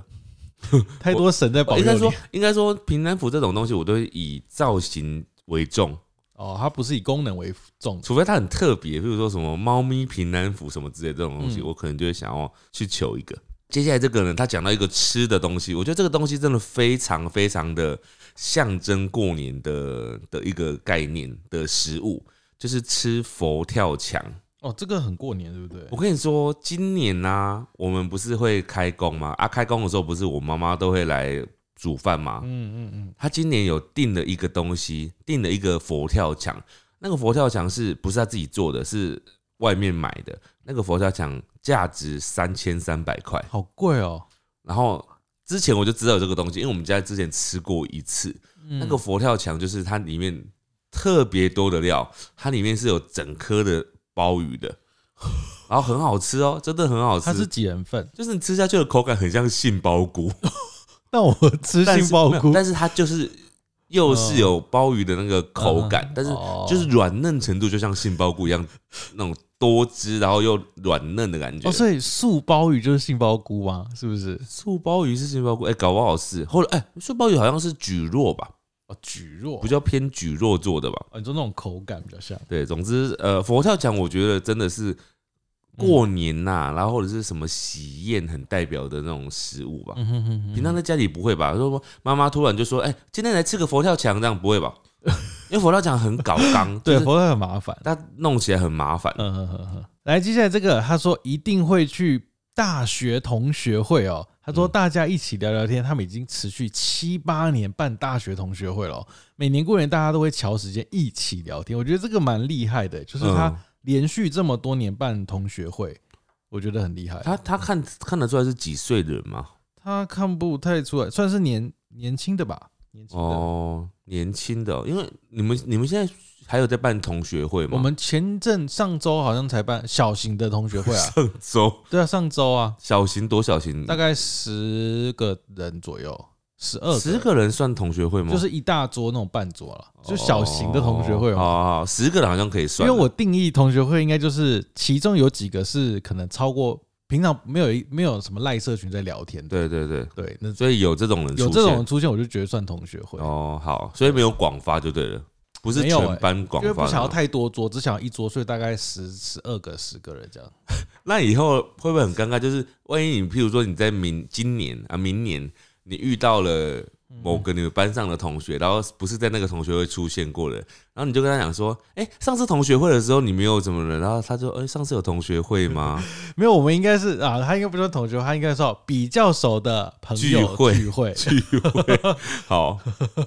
S2: 太多神在保
S1: 应
S2: 佑
S1: 该
S2: 你
S1: 说，应该说，平安符这种东西，我都会以造型为重，
S2: 哦，它不是以功能为重
S1: 除非它很特别，比如说什么猫咪平安符什么之类的这种东西，
S2: 嗯
S1: 我可能就会想要去求一个。接下来这个呢，他讲到一个吃的东西，我觉得这个东西真的非常非常的象征过年的的一个概念的食物，就是吃佛跳墙。
S2: 哦，这个很过年，对不对？
S1: 我跟你说，今年呢、我们不是会开工吗？啊，开工的时候不是我妈妈都会来煮饭吗？
S2: 嗯嗯嗯，
S1: 他今年有订了一个东西，订了一个佛跳墙。那个佛跳墙是不是他自己做的？是外面买的。那个佛跳墙价值三千三百块。
S2: 好贵哦。
S1: 然后之前我就知道有这个东西，因为我们家之前吃过一次。
S2: 嗯
S1: 那个佛跳墙就是它里面特别多的料，它里面是有整颗的鲍鱼的，然后很好吃哦，真的很好吃。
S2: 它是几人份？
S1: 就是你吃下去的口感很像杏鲍菇。
S2: 那我吃
S1: 但
S2: 杏
S1: 是
S2: 鲍
S1: 没有
S2: 菇，
S1: 但是它就是又是有鲍鱼的那个口感，
S2: 嗯
S1: 但是
S2: 哦
S1: 就是软嫩程度就像杏鲍菇一样，那种多汁然后又软嫩的感觉。
S2: 哦，所以素鲍鱼就是杏鲍菇吗？是不是？
S1: 素鲍鱼是杏鲍菇，哎、搞不好是，或者哎、素鲍鱼好像是蒟蒻吧，
S2: 哦，蒟蒻
S1: 比较偏蒟蒻做的吧。
S2: 哦，你说那种口感比较像。
S1: 对，总之呃，佛跳墙我觉得真的是过年呐、然后或者是什么喜宴很代表的那种食物吧。
S2: 嗯哼哼哼
S1: 平常在家里不会吧？说说妈妈突然就说：“哎、今天来吃个佛跳墙，这样不会吧？” (laughs) 因为佛跳墙很搞刚，
S2: (laughs) 对，
S1: 就是
S2: 佛跳很麻烦。
S1: 它弄起来很麻烦。
S2: 嗯哼哼哼。来，接下来这个，他说一定会去大学同学会哦。他说
S1: 嗯
S2: 大家一起聊聊天，他们已经持续七八年办大学同学会了哦。每年过年大家都会瞧时间一起聊天，我觉得这个蛮厉害的，就是他
S1: 嗯
S2: 连续这么多年办同学会，我觉得很厉害。
S1: 他他看看得出来是几岁的人吗？
S2: 他看不太出来，算是年年轻的吧，年轻的。
S1: 哦，年轻的哦、因为你们你们现在还有在办同学会吗？ (laughs)
S2: 我们前阵上周好像才办小型的同学会啊，
S1: (laughs) 上周
S2: 对啊，上周啊，
S1: 小型多小型，
S2: 大概十个人左右，十二
S1: 十个人算同学会吗？
S2: 就是一大桌那种半桌了，就小型的同学会
S1: 哦
S2: 嘛。
S1: 好好好十个人好像可以
S2: 因
S1: 算
S2: 为
S1: 了。
S2: 我定义同学会应该就是其中有几个是可能超过平常没有一没有什么赖社群在聊天
S1: 对
S2: 的，
S1: 对对，
S2: 对，那
S1: 所以有这种人出
S2: 有
S1: 现
S2: 这种人出现，我就觉得算同学会，
S1: 哦，好，所以没有广发就对了，不是
S2: 没有
S1: 全
S2: 欸
S1: 班广啊
S2: 因为
S1: 发
S2: 不
S1: 的
S2: 想要
S1: 吗
S2: 太多桌，只想要一桌，所以大概十十二个十个人这样。
S1: 那以后会不会很尴尬？就是万一你，譬如说你在明今年啊，明年你遇到了某个你们班上的同学，然后不是在那个同学会出现过的，然后你就跟他讲说，哎、上次同学会的时候你没有怎么了，然后他说，哎、上次有同学会吗？
S2: 没有，我们应该是啊，他应该不是同学，他应该说比较熟的朋友
S1: 聚会
S2: 聚会，
S1: 聚会。好，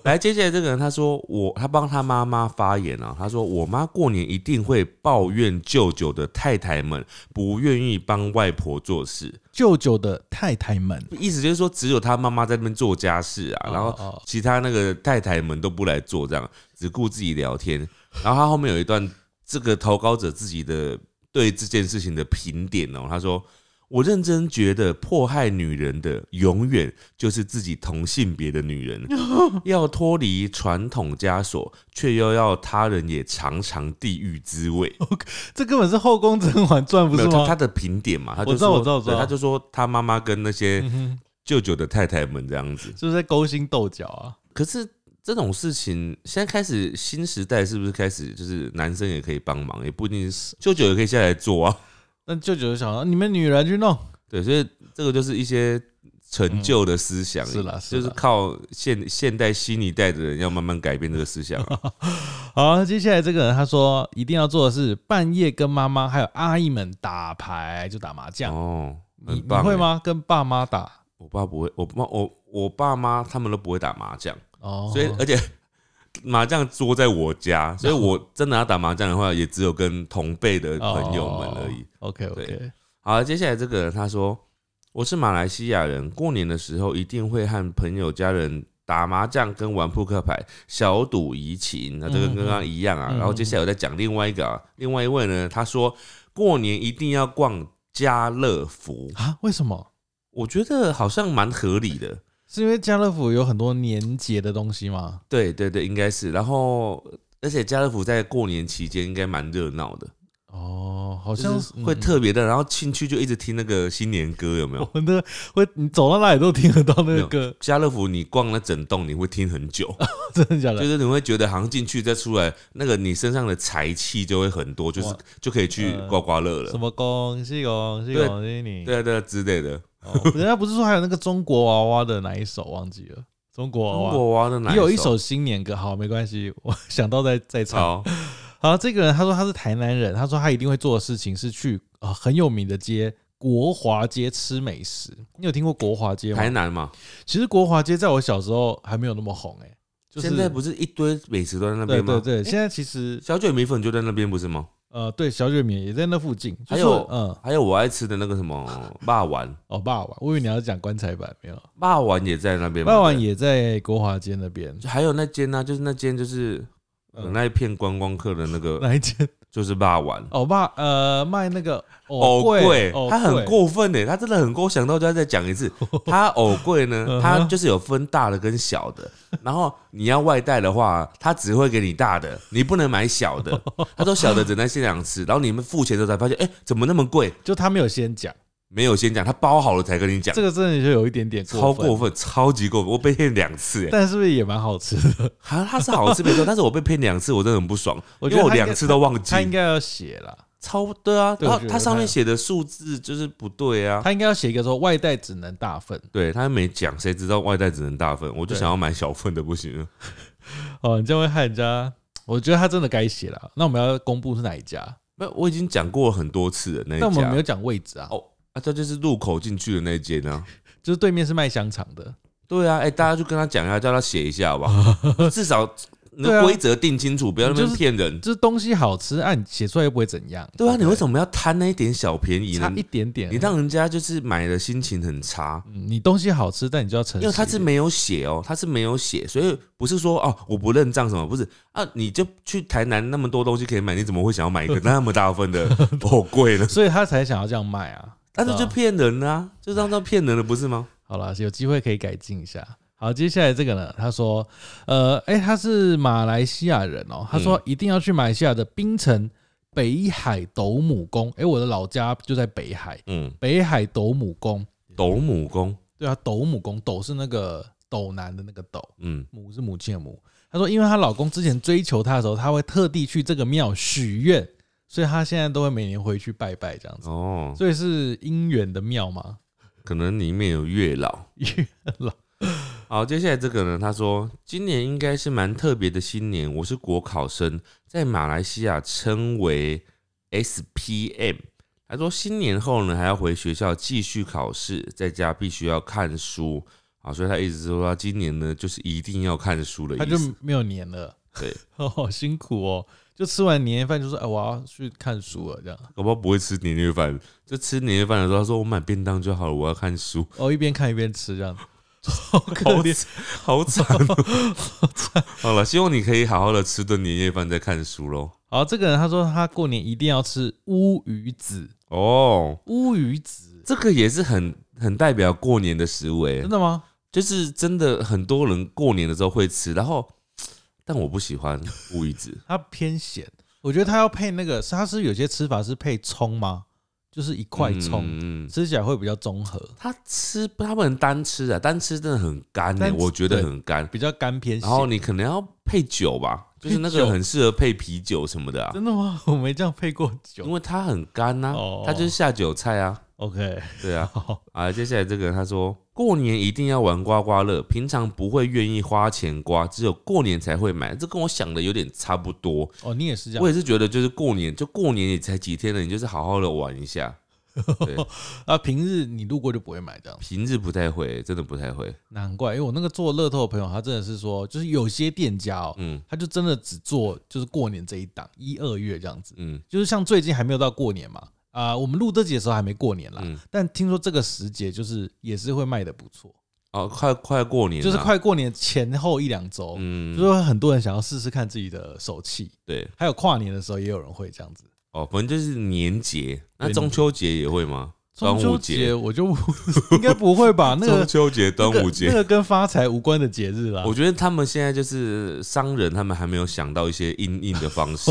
S1: 来接下来这个人，他说我他帮他妈妈发言啊，他说我妈过年一定会抱怨舅舅的太太们不愿意帮外婆做事，
S2: 舅舅的太太们，
S1: 意思就是说只有他妈妈在那边做家事啊，然
S2: 哦哦
S1: 后其他那个太太们都不来做，这样只顾自己聊天。然后他后面有一段这个投稿者自己的对这件事情的评点哦，他说。我认真觉得迫害女人的永远就是自己同性别的女
S2: (laughs)
S1: 人，要脱离传统枷锁，却又要他人也尝尝地狱滋味。
S2: 这根本是后宫甄嬛传不
S1: 没
S2: 哦是
S1: 有他
S2: 吗？
S1: 他的评点嘛，他就
S2: 我知道
S1: 说
S2: 我知道我知道
S1: 对他就说他妈妈跟那些
S2: (laughs) 嗯哼
S1: 舅舅的太太们这样子。
S2: 是不是在勾心斗角啊？
S1: 可是这种事情，现在开始新时代是不是开始就是男生也可以帮忙，也不一定是舅舅也可以下来做啊。 (laughs)
S2: 那舅舅就想说你们女人去弄，
S1: 对，所以这个就是一些陈旧的思想，
S2: 嗯是啦是
S1: 就
S2: 啦
S1: 是靠现现代新一代的人要慢慢改变这个思想
S2: (laughs)
S1: 啊、
S2: 好，接下来这个人他说一定要做的是半夜跟妈妈还有阿姨们打牌，就打麻将。
S1: 哦，
S2: 你
S1: 很
S2: 你
S1: 棒
S2: 会
S1: 欸？
S2: 吗？跟爸妈打
S1: 我爸不会，我爸我我爸妈他们都不会打麻将，
S2: 哦，
S1: 所以而且。 (laughs) 麻将桌在我家，所以
S2: 哦
S1: 我真的要打麻将的话，也只有跟同辈的朋友们
S2: 哦
S1: 而已。
S2: OK OK，
S1: 对好，接下来这个人他说：“我是马来西亚人，过年的时候一定会和朋友、家人打麻将跟玩扑克牌，小赌怡情。那这个
S2: 嗯
S1: 跟刚刚一样啊。
S2: 嗯
S1: 然后接下来我再讲另外一个啊，另外一位呢，他说过年一定要逛家乐福，
S2: 啊？为什么？
S1: 我觉得好像蛮合理的。
S2: 是因为家乐福有很多年节的东西吗？
S1: 对对对，应该是。然后而且家乐福在过年期间应该蛮热闹的，
S2: 哦，好
S1: 好
S2: 像是
S1: 会
S2: 嗯
S1: 特别的。然后进去就一直听那个新年歌，有没有？
S2: (laughs) 我那个会，你走到哪里都听得到那
S1: 没
S2: 个
S1: 有
S2: 歌，
S1: 家乐福你逛了整栋，你会听很久。”
S2: (laughs) 真的假的？
S1: 就是你会觉得好像进去再出来，那个你身上的财气就会很多，就是
S2: 哇呃
S1: 就可以去刮刮乐
S2: 什
S1: 了，
S2: 么恭喜恭喜
S1: 对
S2: 恭喜你！
S1: 对啊对啊之类的。
S2: 哦，人家不是说还有那个中国娃娃的哪一首忘记了？中国
S1: 中
S2: 娃娃
S1: 国娃的哪
S2: 也有一
S1: 首
S2: 首新年歌，好，没关系，我想到再再唱。
S1: 好，
S2: 好，这个人他说他是台南人，他说他一定会做的事情是去呃很有名的街国华街吃美食。你有听过国华街吗
S1: 台？南嘛，
S2: 其实国华街在我小时候还没有那么红诶、欸就是
S1: 现在不是一堆美食都在那
S2: 对
S1: 边
S2: 对
S1: 吗？
S2: 对，现
S1: 在
S2: 在其实
S1: 小卷米粉就在那边不是吗？
S2: 呃对小卷米也在那附近，就
S1: 还
S2: 是
S1: 有
S2: 嗯
S1: 还有我爱吃的那个什么
S2: (laughs)
S1: 霸丸，
S2: 哦霸王，我以为你要讲棺材板没有，
S1: 霸丸也在那边嘛，
S2: 霸王
S1: 对
S2: 也在国华街那边，
S1: 还有那间呢，就是那间就是。呃
S2: 嗯
S1: 那一片观光客的那
S2: (laughs)
S1: 个
S2: 哪一间？
S1: 就是霸丸，
S2: 哦霸呃卖那个
S1: 藕
S2: 桂
S1: 哦桂，，
S2: 藕
S1: 他很
S2: 桂
S1: 过分欸呢，他真的很过。我想到就要再讲一
S2: (laughs)
S1: 次，他藕桂
S2: 嗯哼
S1: 呢，他就是有分大的跟小的。然后你要外带的话，他只会给你大的，你不能买小
S2: (laughs)
S1: 的。他说小的只能现场吃，然后你们付钱的时候才发现，哎，怎么那么贵？
S2: 就他没有先讲，
S1: 没有先讲，他包好了才跟你讲
S2: 这，个真的就有一点点
S1: 超
S2: 分
S1: 过分，超级过分，我被骗两次哎。
S2: 但是不是也蛮好吃
S1: (laughs)
S2: 的？
S1: 啊，他是好吃
S2: (laughs)
S1: 没错，但是我被骗两次，我真的很不爽，
S2: 我
S1: 因
S2: 觉
S1: 为
S2: 得
S1: 我
S2: 他应该
S1: 两次都忘记
S2: 他，应该要写啦，
S1: 超对啊。
S2: 对
S1: 然后
S2: 我觉得
S1: 他上
S2: 他
S1: 面写的数字就是不对啊。
S2: 他应该要写一个说外带只能大份
S1: 对他没讲，谁知道外带只能大份，我就
S2: 对
S1: 想要买小份的不行了。
S2: 哦，你这样会害人家。我觉得他真的该写了。那我们要公布是哪一家？
S1: 那我已经讲过很多次了那一
S2: 但我们没有
S1: 家
S2: 讲位置啊，
S1: 哦啊，这就是入口进去的那一间啊。
S2: 就是对面是卖香肠的。
S1: 对啊，哎、大家就跟他讲一下，叫他写一下好不
S2: (laughs)
S1: 好？至少那
S2: 对啊
S1: 个规则定清楚，不要那
S2: 就
S1: 边
S2: 是
S1: 骗人。
S2: 就是东西好吃，啊按、你写出来又不会怎样。
S1: 对啊，你为
S2: 么
S1: 什么要贪那一点小便宜
S2: 差
S1: 呢
S2: 一？点点？
S1: 你让人家就是买的心情很差，
S2: 嗯你东西好吃，但你就要诚实一
S1: 因
S2: 点。
S1: 为他是没有写哦，他是没有写，所以不是说哦我不认账什么，不是啊，你就去台南那么多东西可以买，你怎么会想要买一个那么大份
S2: (laughs)
S1: 的？好贵了。
S2: 所以他才想要这样卖啊。
S1: 但是就骗人啊，就当当骗人了，不是吗？
S2: 好了，有机会可以改进一下。好，接下来这个呢？他说，呃，哎、他是马来西亚人哦、他
S1: 嗯
S2: 说一定要去马来西亚的槟城北海斗姆宫。哎、我的老家就在北海，
S1: 嗯，
S2: 北海斗姆宫。
S1: 斗母宫，
S2: 对啊，斗姆宫，斗是那个斗南的那个斗，
S1: 嗯，
S2: 母是母亲的母。她说，因为她老公之前追求她的时候，她会特地去这个庙许愿，所以她现在都会每年回去拜拜这样子。
S1: 哦，
S2: 所
S1: (laughs)
S2: 以是姻缘的庙吗？ (laughs)
S1: 可能里面有月老，
S2: 月老
S1: 好，接下来这个呢，他说今年应该是蛮特别的新年，我是国考生，在马来西亚称为 SPM。他说新年后呢，还要回学校继续考试，在家必须要看书啊，所以他一直说他今年呢，就是一定要看书的
S2: 他
S1: 意
S2: 就
S1: 思。
S2: 没有年了，
S1: 对，
S2: (laughs) 哦，好辛苦哦。就吃完年夜饭就说，哎，我要去看书了，这样。
S1: 搞不好不会吃年夜饭，就吃年夜饭的时候，他说我买便当就好了，我要看书，
S2: 哦，一边看一边吃，这样子，
S1: (laughs)
S2: 好可
S1: 好
S2: 怜。 (laughs)
S1: 好惨、哦， (laughs) 好了，希望你可以好好的吃顿年夜饭再看书喽。
S2: 好，这个人他说他过年一定要吃乌鱼子，
S1: 哦，
S2: 乌鱼子
S1: 这个也是很很代表过年的食物诶、
S2: 真的吗？，
S1: 就是真的很多人过年的时候会吃，然后但我不喜欢乌鱼子
S2: (laughs) 它偏咸，我觉得它要配那个，它是有些吃法是配葱吗？就是一块葱，
S1: 嗯，嗯
S2: 吃起来会比较综合，
S1: 它吃它不能单吃啊，单吃真的很干诶、
S2: 单吃
S1: 我觉得
S2: 对
S1: 很干。
S2: 比较干偏咸。
S1: 然后你可能要配酒吧，就是那
S2: 配
S1: 个
S2: 酒
S1: 很适合配啤酒什么的啊，
S2: 真的吗？ (laughs) 我没这样配过
S1: 因
S2: 酒。
S1: 为它很干呐、
S2: 哦
S1: 它就是下酒菜啊，
S2: OK， (laughs) 哦
S1: 对啊。
S2: 好，
S1: 啊，接下来这个人他说，过年一定要玩刮刮乐，平常不会愿意花钱刮，只有过年才会买。这跟我想的有点差不多。
S2: 哦，你也是这
S1: 我
S2: 样
S1: 也是觉得，就是过年，就过年也才几天了，你就是好好的玩一下。对，
S2: 啊？平日你路过就不会买这样，
S1: 平日不太会，真的不太会。
S2: 难怪，因为我那个做乐透的朋友，他真的是说，就是有些店家哦，
S1: 嗯
S2: 他就真的只做就是过年这一档，一二月这样子。
S1: 嗯，
S2: 就是像最近还没有到过年嘛，啊、我们录这集的时候还没过年啦，
S1: 嗯
S2: 但听说这个时节就是也是会卖的不错，
S1: 哦，快快过年了，
S2: 就是快过年前后一两周，
S1: 嗯，
S2: 就是会很多人想要试试看自己的手气，
S1: 对
S2: 还有跨年的时候也有人会这样子。
S1: 哦，反正就是年节。那
S2: 对
S1: 中秋节也会吗？端
S2: 中秋
S1: 午节、
S2: 我就应该不 (laughs)
S1: (laughs)
S2: 会吧？那
S1: 中
S2: 个
S1: 秋节、端午
S2: 那个，那
S1: 节。哦
S2: 个跟发财无关的节日啦 (laughs)
S1: 我。觉得他们现在就是商人，他们还没有想到一些应应的方
S2: (laughs)
S1: 式。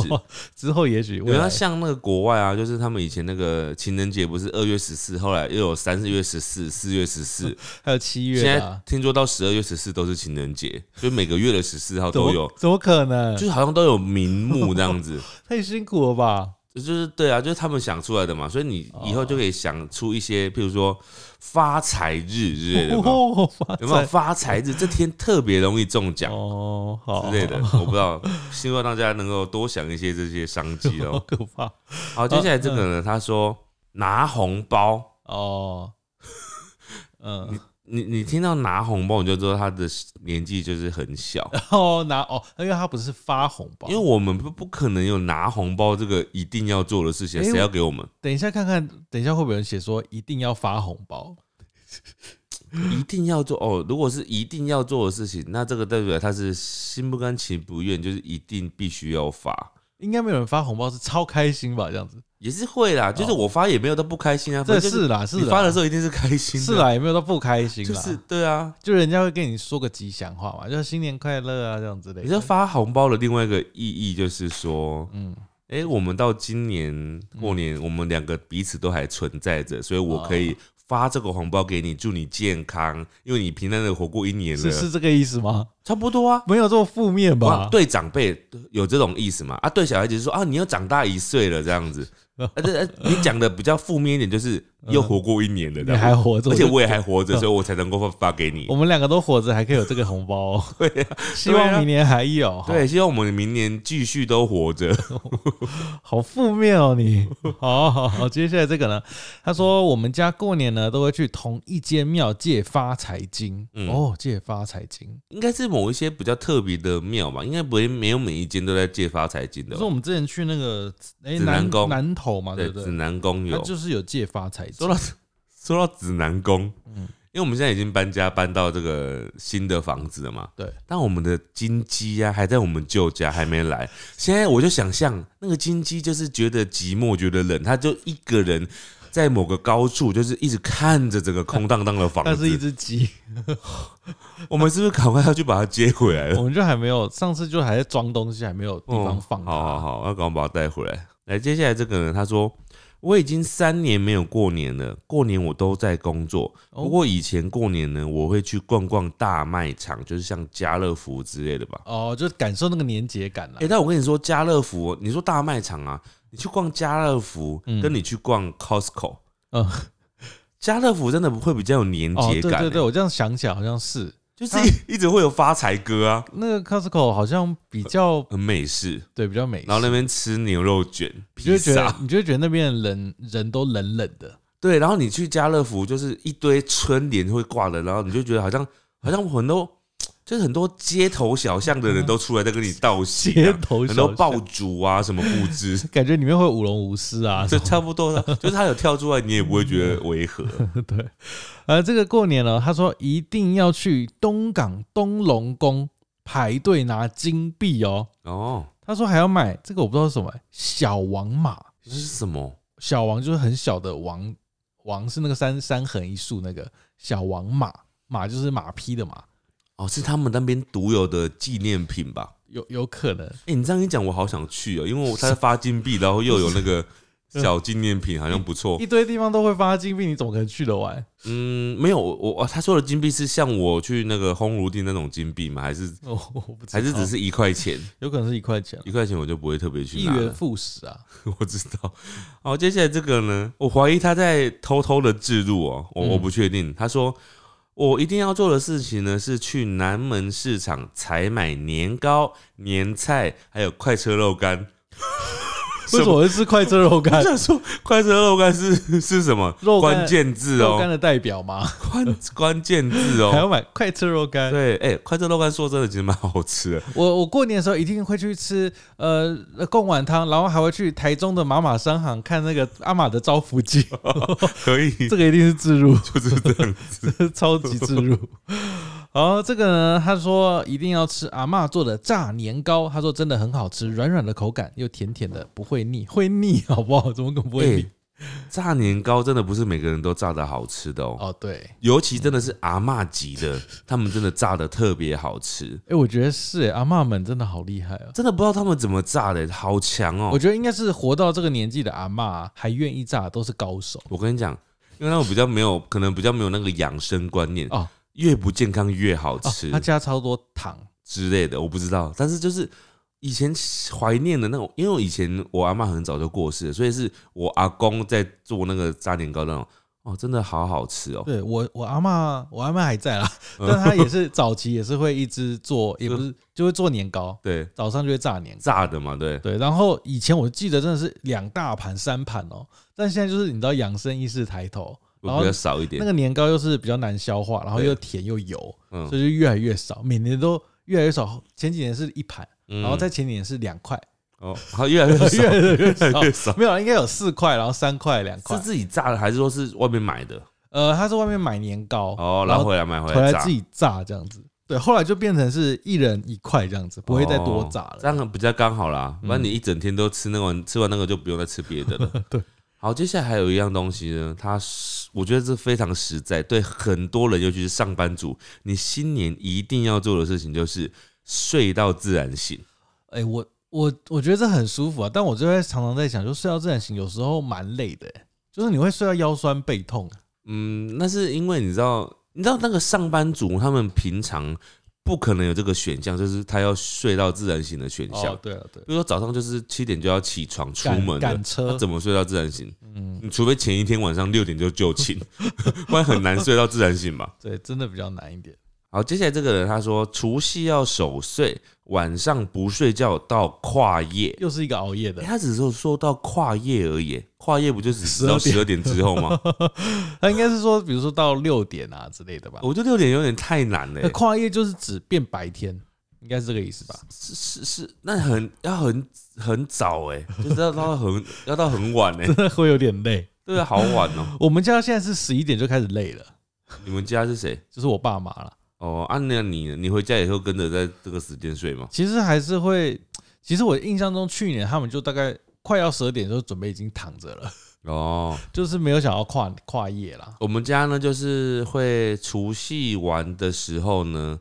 S2: 之后也许
S1: 有
S2: 未
S1: 要
S2: 来
S1: 像那个国外啊，就是他们以前那个情人节不是二月十四，后来又有三月十四、四月十四，
S2: 还有七
S1: 现
S2: 哦月
S1: 在
S2: 啊，
S1: 听说到十二月十四都是情人节，就每个月的十四号
S2: 怎
S1: 都有
S2: 么，怎么可能？
S1: 就是好像都有名目这样
S2: (laughs)
S1: 子，
S2: 太辛苦了吧？
S1: 就是对啊，就是他们想出来的嘛，所以你以后就可以想出一些，譬如说发财日之类的
S2: (laughs)
S1: 嘛，
S2: 哦，发
S1: 有没有
S2: 财
S1: 发财日这天特别容易中奖
S2: 哦，好
S1: 之类的，我不知道，希望大家能够多想一些这些商机
S2: 好
S1: 哦。
S2: 可怕
S1: 好，接下来这个呢，他说拿红包。 (laughs)
S2: 哦。嗯，
S1: 你你听到拿红包，你就知道他的年纪就是很小，
S2: 然后拿哦，因为他不是发红包，
S1: 因为我们不不可能有拿红包这个一定要做的事情，
S2: 哎
S1: 谁要
S2: 我
S1: 给我们？
S2: 等一下看看，等一下会不会有人写说一定要发红包？
S1: 一定要做哦。如果是一定要做的事情，那这个代表他是心不甘情不愿，就是一定必须要发，
S2: 应该没有人发红包是超开心吧？这样子，
S1: 也是会啦。就是我发也没有到不开心啊，
S2: 这
S1: 反正就是
S2: 啦，是
S1: 你发的
S2: 啦，
S1: 时候一定是开心的，
S2: 是，啊啦，也没有到不开心
S1: 就
S2: 啦，
S1: 是对啊。
S2: 就人家会跟你说个吉祥话嘛，就是新年快乐啊这样之类
S1: 你说
S2: 的。
S1: 发红包的另外一个意义就是说，
S2: 嗯，
S1: 哎、我们到今年过年，我们两个彼此都还存在着，所以我
S2: 哦
S1: 可以发这个红包给你，祝你健康，因为你平安的活过一年了，
S2: 是是这个意思吗？
S1: 差不多啊。
S2: 没有这么负面吧
S1: 哇？对长辈有这种意思嘛？啊，对小孩子说啊，你又长大一岁了这样
S2: (laughs)
S1: 子。啊，这啊你讲的比较负面一点，就是又活过一年了，
S2: 嗯你
S1: 这样
S2: 还活着，嗯哦
S1: 而且
S2: 就
S1: 我也还活着，所以我才能够发发给你
S2: 我。们两个都活着，还可以有这个红包、
S1: (laughs)
S2: 哦。对、
S1: 啊
S2: 希望明年还有。
S1: 对，希望我们明年继续都活着。
S2: 好，好负面哦你。好好好，接下来这个呢？他说我们家过年呢都会去同一间庙借发财金。
S1: 嗯
S2: 哦，借发财金。
S1: 应该是某一些比较特别的庙吧，应该不会没有每一间都在借发财金的哦吧。
S2: 可是我们之前去那个哎
S1: 指南
S2: 南
S1: 宫
S2: 南头嘛，对
S1: 对，
S2: 不
S1: 指
S2: 对？
S1: 南宫
S2: 他
S1: 有。
S2: 就是有借发财金
S1: 说。到说到指南宫，
S2: 嗯
S1: 因为我们现在已经搬家搬到这个新的房子了嘛，
S2: 对。
S1: 但我们的金鸡啊还在我们旧家还没来。现在我就想象那个金鸡就是觉得寂寞，觉得冷，他就一个人在某个高处，就是一直看着整个空荡荡的房
S2: (laughs) 但是一
S1: 子。
S2: 只
S1: (laughs)
S2: 鸡，
S1: 我们是不是赶快要去把它接回来了
S2: 我？们就还没有，上次就还在装东西，还没有地方放
S1: 哦
S2: 它。
S1: 好好好，要赶快把它带回来。来，接下来这个人他说，我已经三年没有过年了，过年我都在工作。
S2: 哦
S1: 不过以前过年呢，我会去逛逛大卖场，就是像家乐福之类的吧。
S2: 哦，就感受那个年节感了
S1: 哎、。但我跟你说，家乐福，你说大卖场啊，你去逛家乐福，
S2: 嗯
S1: 跟你去逛 Costco，
S2: 嗯，
S1: 家乐福真的会比较有年
S2: 哦，
S1: 节
S2: 对啊
S1: 感、哎
S2: 对对，我这样想起来好像是，
S1: 就是一一直会有发财歌啊，
S2: 那个 Costco 好像比较
S1: 很美式，
S2: 对比较美式，
S1: 呃然后那边吃牛肉卷、
S2: 你
S1: 披
S2: 就会觉
S1: 萨
S2: 得，你就会觉得那边的人人都冷冷的，
S1: 对，然后你去家乐福就是一堆春联会挂的，然后你就觉得好像好像很多就是很多街头小巷的人都出来在跟你道谢、
S2: 街
S1: 啊，
S2: 头
S1: 很
S2: 小
S1: 多
S2: 巷
S1: 爆竹啊什么布置，
S2: (laughs) 感觉里面会舞龙舞狮啊，
S1: 就差不多了。 (laughs) 就是他有跳出来，你也不会觉得违和。
S2: (laughs) 对，呃，这个过年了，他说一定要去东港东龙宫排队拿金币哦。
S1: 哦，
S2: 他说还要买这个，我不知道是什么小王马，
S1: 这是什么？
S2: 小王就是很小的王，王是那个三三横一竖那个小王马，马就是马匹的马，
S1: 哦，是他们那边独有的纪念品吧？
S2: 有有可能
S1: 哎、你这样一讲，我好想去哦、因为我他在发金币，然后又有那个小纪念品，好像不错
S2: 一。堆地方都会发金币，你怎么可能去得完？ (laughs)
S1: 嗯，没有，我我啊他说的金币是像我去那个烘炉地那种金币吗？还是
S2: 哦，我不知道，
S1: 还是只是一块钱？ (laughs)
S2: 有可能是一块钱啊，
S1: 一块钱我就不会特别去
S2: 一
S1: 拿
S2: 元
S1: 了。 (laughs)
S2: 复始啊。
S1: 我知道。哦，接下来这个呢，我怀疑他在偷偷的置入哦，我
S2: 嗯
S1: 我不确定。他说我一定要做的事情呢，是去南门市场采买年糕、年菜，还有快车肉干。
S2: 为什么会是 (laughs) 快车肉
S1: 我
S2: 干？
S1: 想说， (laughs) 快车肉干是 (laughs) 是什么
S2: 肉干
S1: 关键字
S2: 肉干
S1: 哦？
S2: 的代表吗？
S1: 关关键字
S2: 还要
S1: 哦。
S2: 买快车肉干？
S1: 对，哎、快车肉干说真的其实蛮好吃的。
S2: 我我过年的时候一定会去吃呃贡丸汤，然后还会去台中的马马商行看那个阿玛的招
S1: (laughs)
S2: 福记，
S1: 可以， (laughs)
S2: 这个一定是自入，
S1: 就是这样子。
S2: 超级自入。然后这个呢，他说一定要吃阿嬷做的炸年糕，他说真的很好吃，软软的口感又甜甜的，不会腻，会腻好不好？怎么可能不会腻？
S1: 哎炸年糕真的不是每个人都炸的好吃的哦，
S2: 哦，对，
S1: 尤其真的是阿嬷级
S2: (laughs)
S1: 的，他们真的炸的特别好吃，
S2: 哎、我觉得是诶阿嬷们真的好厉害啊！
S1: 真的不知道他们怎么炸的，好强哦
S2: 我！觉得应该是活到这个年纪的阿嬷啊还愿意炸，都是高手
S1: 我跟你讲，因为他们比较没有，可能比较没有那个养生观念，
S2: 哦。
S1: 越不健康越好
S2: 哦
S1: 吃，
S2: 他加超多糖，
S1: 之类的，我不知道。但是就是以前怀念的那种，因为我以前我阿嬷很早就过世了，所以是我阿公在做那个炸年糕那种，哦，真的好好吃哦。
S2: 对我，我阿嬷，我阿嬷还在
S1: (laughs)
S2: 啦，但她也是早期也是会一直做，也
S1: 嗯
S2: 不是就会做年糕，
S1: 对，
S2: 早上就会炸年糕。
S1: 炸的嘛，对，
S2: 对，然后以前我记得真的是两大盘三盘哦，但现在就是你知道养生意识抬头，然
S1: 我
S2: 后
S1: 比较少一点
S2: 那。个年糕又是比较难消化，然后又甜又油，
S1: 嗯
S2: 所以就越来越少，每年都越来越少。前几年是一盘，
S1: 嗯
S2: 然后在前几年是两块，
S1: 哦，好，越来越少，
S2: (laughs) 越来越少
S1: 越少。
S2: 没有啦，应该有四块，然后三块两
S1: 是
S2: 块。
S1: 自己炸的，还是说是外面买的？
S2: 呃，他是外面买年糕，
S1: 哦，然
S2: 然
S1: 后
S2: 后
S1: 回来买回
S2: 回
S1: 来
S2: 来
S1: 炸
S2: 自，己炸这样子。对，后来就变成是一人一块这样子，不会再多炸
S1: 哦这
S2: 了。嗯
S1: 样比较刚好啦。不然你一整天都吃那个，吃完那个就不用再吃别的了。
S2: (laughs) 对。
S1: 好，接下来还有一样东西呢，它是我觉得这非常实在，对很多人，尤其是上班族，你新年一定要做的事情就是睡到自然醒。
S2: 哎、我我我觉得这很舒服啊，但我就会常常在想，就睡到自然醒，有时候蛮累的、欸，就是你会睡到腰酸背痛。啊
S1: 嗯，那是因为你知道，你知道那个上班族他们平常不可能有这个选项，就是他要睡到自然醒的选项。
S2: 哦对了对，啊
S1: 比如说早上就是七点就要起床出
S2: 赶
S1: 门的
S2: 赶，车
S1: 他怎么睡到自然醒？
S2: 嗯，
S1: 你除非前一天晚上六点就就寝， (laughs) 不然很难睡到自然醒吧。
S2: 对，真的比较难一点。
S1: 好，接下来这个人他说，除夕要守岁，晚上不睡觉到跨夜。
S2: 又是一个熬夜的
S1: 欸、，他只是说到跨夜而已，跨夜不就只是到十二
S2: 12
S1: 点之后
S2: (laughs)
S1: 吗？
S2: 他应该是说，比如说到六点啊之类的吧。
S1: 我觉得六点有点太难了、
S2: 那
S1: 欸。
S2: 跨夜就是指变白天，应该是这个意思吧？ (laughs)
S1: 是是是，那很要很很早哎、就是要到很要到很晚哎、
S2: 真的会有点累。
S1: 对啊，好晚哦、
S2: 我们家现在是十一点就开始累了，
S1: 你们家是谁？
S2: 就是我爸妈了。
S1: 哦，啊，那你呢你回家以后跟着在这个时间睡吗？
S2: 其实还是会，其实我印象中去年他们就大概快要十二点就准备已经躺着了， (laughs)
S1: 哦，
S2: 就是没有想要跨跨夜啦。
S1: 我们家呢，就是会除夕玩的时候呢，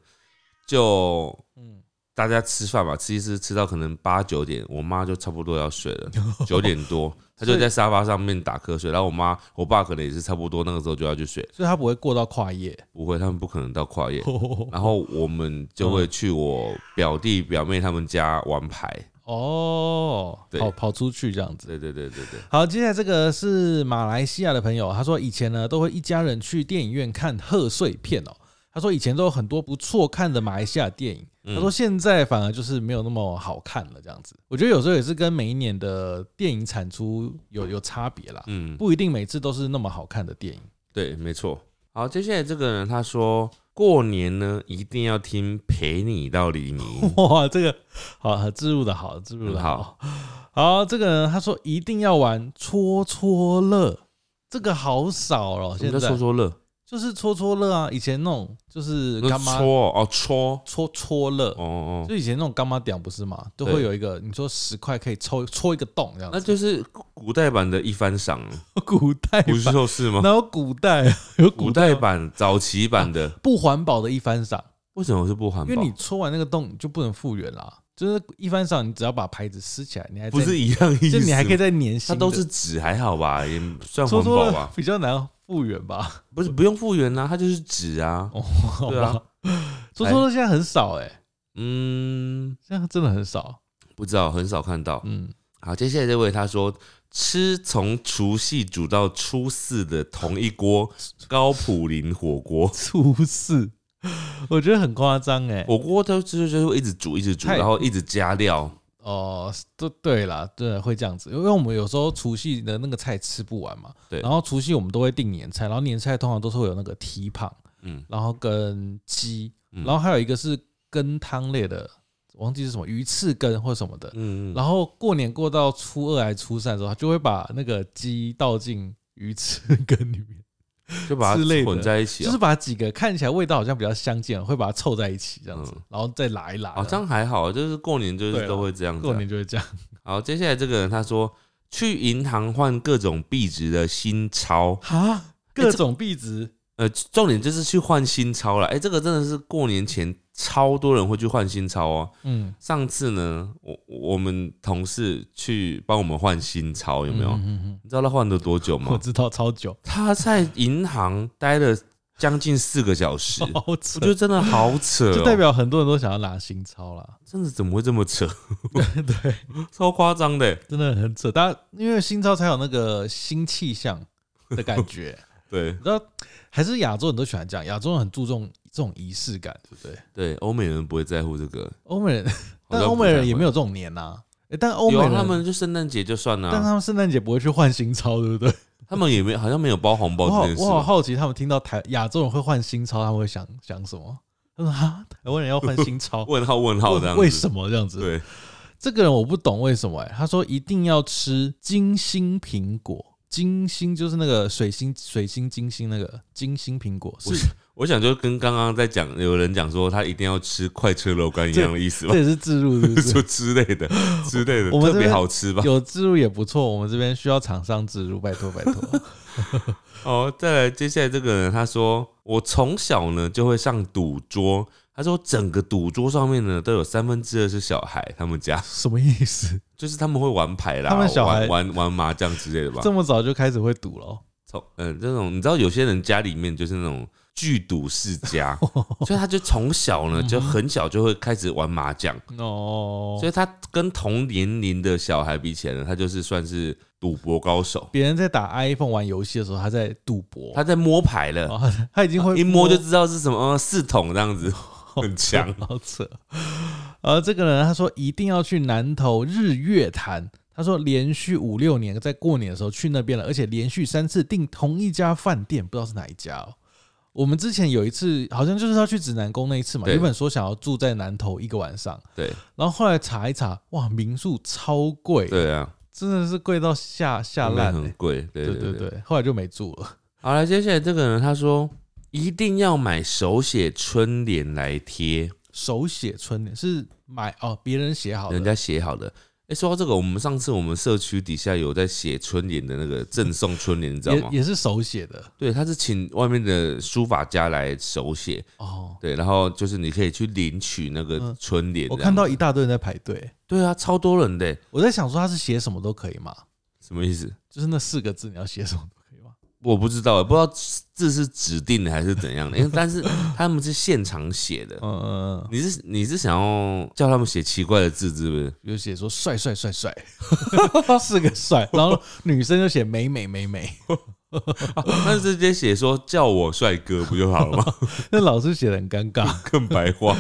S1: 就
S2: 嗯，
S1: 大家吃饭嘛，吃一吃吃到可能八九点，我妈就差不多要睡了，九点多，她就在沙发上面打瞌睡，然后我妈我爸可能也是差不多那个时候就要去睡，
S2: 所以他不会过到
S1: (laughs)
S2: 跨夜。
S1: 不会，他们不可能到跨夜。
S2: (laughs)
S1: 然后我们就会去我表弟表妹他们家玩牌，
S2: 哦，
S1: 对
S2: 跑跑出去这样子。
S1: 对对对对对，
S2: 好，接下来这个是马来西亚的朋友，他说以前呢都会一家人去电影院看贺岁片哦。他说以前都有很多不错看的马来西亚电影，
S1: 嗯
S2: 他说现在反而就是没有那么好看了，这样子。我觉得有时候也是跟每一年的电影产出有有差别啦，
S1: 嗯，
S2: 不一定每次都是那么好看的电影。。
S1: 对，没错。好，接下来这个人他说，过年呢一定要听《陪你到黎明》
S2: 哇，这个好，置入的好，置入的好。
S1: 嗯
S2: 好，这个人他说一定要玩戳戳乐，这个好少哦，
S1: 什
S2: (laughs) 现
S1: 么叫
S2: 在
S1: 戳戳乐？
S2: 就是戳戳乐啊，以前那种就是
S1: 那
S2: 干
S1: 戳
S2: 妈
S1: 哦哦戳
S2: 戳戳乐，
S1: 哦哦，
S2: 就以前那种干妈点不是嘛，都
S1: 对
S2: 会有一个你说十块可以抽戳一个洞这样
S1: 那
S2: 子。
S1: 就是古代版的一番
S2: (laughs)
S1: 赏，
S2: 古代
S1: 不是
S2: 版
S1: 就是吗？
S2: 哪有古代 (laughs) 有
S1: 古
S2: 古代
S1: 代版、早期版的，
S2: 不环保的一番赏，
S1: 为什么是不环保？
S2: 因为你戳完那个洞你就不能复原啦。就是一番赏，你只要把牌子撕起来，你还
S1: 不
S2: 在
S1: 是一样意思
S2: 就
S1: 吗？
S2: 你还可以再粘新
S1: 它
S2: 的。
S1: 都是纸，还好吧，也算
S2: 戳
S1: 环
S2: 戳
S1: 保啊
S2: 乐
S1: 吧？
S2: 比较难复原 (laughs) 吧？
S1: 不是不用复原啊，它就是纸啊。
S2: 哦，好
S1: 对啊
S2: 吧，戳戳乐现在很少哎、
S1: 嗯，
S2: 现在真的很少。
S1: 不知道，很少看到。
S2: 嗯，
S1: 好，接下来这位他说吃从除夕煮到初四的同一锅高普林火
S2: (laughs)
S1: 锅，
S2: 初四，我觉得很夸张哎。
S1: 火锅它就是就是会一直煮一直煮，
S2: 太
S1: 然后一直加料。
S2: 哦，对对啦，对，会这样子，因为我们有时候除夕的那个菜吃不完嘛，
S1: 对
S2: 然后除夕我们都会订年菜，然后年菜通常都是会有那个蹄膀，
S1: 嗯
S2: 然后跟鸡，
S1: 嗯
S2: 然后还有一个是羹汤类的，忘记是什么鱼翅羹或什么的。
S1: 嗯，
S2: 然后过年过到初二还初三的时候，他就会把那个鸡倒进鱼翅羹里面，
S1: 就把
S2: 之类
S1: 它
S2: 的
S1: 混在一起、
S2: 就
S1: 啊
S2: 是。把几个看起来味道好像比较相近，啊会把它凑在一起这样子
S1: 嗯，
S2: 然后再拉一拉。
S1: 好像还好，就是过年就
S2: 对
S1: 是
S2: 啊
S1: 都会这样子
S2: 过
S1: 啊、
S2: 年就会这样。
S1: 好，接下来这个人他说去银行换各种币值的新钞，
S2: (laughs) 哈，各种币值。
S1: 呃，重点就是去换新钞了。哎、这个真的是过年前超多人会去换新钞哦。
S2: 嗯，
S1: 上次呢，我我们同事去帮我们换新钞，有没有？
S2: 嗯嗯嗯
S1: 你知道他换了多久
S2: 嗯我
S1: 吗？
S2: 知道超
S1: (laughs)
S2: 久，
S1: 他在银行待了将近四个小
S2: (laughs)
S1: 时，我
S2: 好扯
S1: 觉，得真的好扯、哦，
S2: 就代表很多人都想要拿新
S1: (laughs)
S2: 钞啦。
S1: 真的怎么会这么扯， (laughs)
S2: 对，
S1: 超夸张的。
S2: 真的很扯。大家因为新钞才有那个新气象的感
S1: (laughs)
S2: 觉，
S1: 对
S2: 你知道，还是亚洲人都喜欢这样，亚洲人很注重这种仪式感，对不对？
S1: 对，欧美人不会在乎这个，(laughs)
S2: 欧美人，
S1: 好像
S2: 但欧美
S1: 不太
S2: 人
S1: 会
S2: 也没有这种年呐、诶但欧美
S1: 有啊
S2: 人，
S1: 他们就圣诞节就算了、啊
S2: 但他们圣诞节不会去换新钞，对不对？
S1: 他们也没好像没有包红
S2: 我好
S1: 包这件事
S2: 我好
S1: 吧。
S2: 好奇，他们听到台亚洲人会换新钞，他们会想想什么？他说啊，台湾人要换新
S1: (laughs)，
S2: 钞
S1: 问号问号这样子，
S2: 为什么这样子？
S1: 对，
S2: 这个人我不懂为什么哎、他说一定要吃金星苹果，金星就是那个水星水星金星那个金星苹果，
S1: 不
S2: 是
S1: 我想就跟刚刚在讲有人讲说他一定要吃快车肉干一样的意思吧
S2: 这，也是自
S1: (laughs)
S2: 入是不是？
S1: 就之类的之类的，
S2: 我
S1: 特
S2: 们这
S1: 别
S2: 边
S1: 好吃吧？
S2: 有自入也不错，我们这边需要厂商自入，拜
S1: (laughs)
S2: 托拜托。
S1: 哦，再来接下来这个人他说，我从小呢就会上赌桌，他说整个赌桌上面呢都有三分之二是小孩，他们家 (laughs)
S2: 什么意思？
S1: 就是他们会玩牌啦，
S2: 他们小孩
S1: 玩玩玩麻将之类的吧
S2: 这。么早就开始会赌了哦？
S1: 从嗯、这种你知道有些人家里面就是那种剧赌世
S2: (laughs)
S1: 家，
S2: 哦
S1: 所以他就从小呢就很小就会开始玩麻将，
S2: 哦
S1: 所以他跟同年龄的小孩比起来呢，他就是算是赌博高手，
S2: 别人在打 iPhone 玩游戏的时候，他在赌博，
S1: 他在摸牌了，
S2: 哦他已经会
S1: 一摸
S2: (laughs)
S1: 就知道是什么呃四筒这样子，很强。
S2: 好扯。呃，这个人他说一定要去南投日月潭，他说连续五六年在过年的时候去那边了，而且连续三次订同一家饭店，不知道是哪一家哦。我们之前有一次好像就是要去指南宫那一次嘛，
S1: 对
S2: 原本说想要住在南投一个晚上，
S1: 对
S2: 然后后来查一查，哇，民宿超贵，
S1: 对啊，
S2: 真的是贵到吓吓烂、
S1: 很
S2: 欸。
S1: 贵，对
S2: 对
S1: 对
S2: 对
S1: 对。
S2: 对，后来就没住了。
S1: 好了，接下来这个人他说一定要买手写春联来贴，
S2: 手写春联是买哦，别人写好的，
S1: 人家写好的。哎、说到这个，我们上次我们社区底下有在写春联的那个赠送春联，你知道吗
S2: 也？也是手写的
S1: 对，他是请外面的书法家来手写，
S2: 哦。
S1: 对，然后就是你可以去领取那个
S2: 嗯
S1: 春联、
S2: 我看到一，大堆人在排队，
S1: 对啊，超多人的，
S2: 我在想说他是写什么都可以吗？
S1: 什么意思？
S2: 就是那四个字你要写什么都
S1: (laughs)
S2: 可以吗？
S1: 我不知道，不知道字是指定的还是怎样的，因为但是他们是现场写的，
S2: 嗯嗯嗯，
S1: 你是你是想要叫他们写奇怪的字，是不是？
S2: 比如写说 (laughs) 帅帅帅帅，四个帅，然后女生就写美美美美， (laughs)
S1: 那直接写说叫我帅哥不就好了吗？ (laughs)
S2: 那老师写的很尴尬。
S1: 更白话。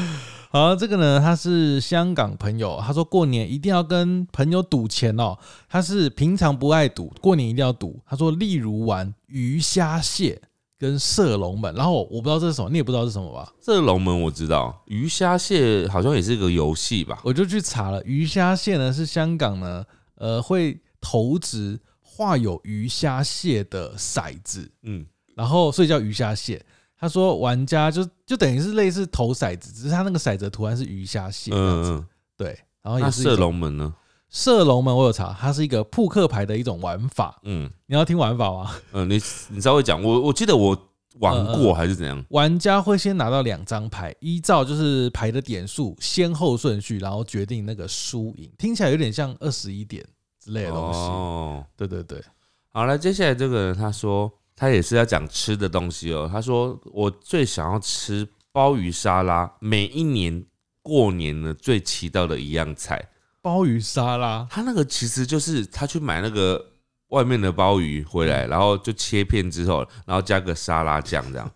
S2: 好，这个呢，他是香港朋友，他说过年一定要跟朋友赌钱哦。他是平常不爱赌，过年一定要赌。他说，例如玩鱼虾蟹跟射龙门，然后我不知道这是什么，你也不知道是什么吧？
S1: 这龙门我知道，鱼虾蟹好像也是个游戏吧？
S2: 我就去查了，鱼虾蟹呢是香港呢，呃，会投掷画有鱼虾蟹的骰子，
S1: 嗯，
S2: 然后所以叫鱼虾蟹。他说，玩家就就等于是类似投骰子，只是他那个骰子的图案是鱼虾蟹这样
S1: 嗯
S2: 子，
S1: 嗯，
S2: 对。然后也
S1: 那
S2: 是一
S1: 射
S2: 种
S1: 龙门呢？
S2: 射龙门我有查，它是一个扑克牌的一种玩法。
S1: 嗯
S2: 你要听玩法吗？
S1: 嗯，你你稍微讲，我我记得我玩
S2: 嗯
S1: 过还是怎样？
S2: 玩家会先拿到两张牌，依照就是牌的点数先后顺序，然后决定那个输赢。听起来有点像二十一点之类的东西。
S1: 哦，
S2: 对对对，
S1: 好了，接下来这个人他说他也是要讲吃的东西哦。他说我最想要吃鲍鱼沙拉，每一年过年呢最期待的一样菜。
S2: 鲍鱼沙拉，
S1: 他那个其实就是他去买那个外面的鲍鱼回来，然后就切片之后，然后加个沙拉酱这样，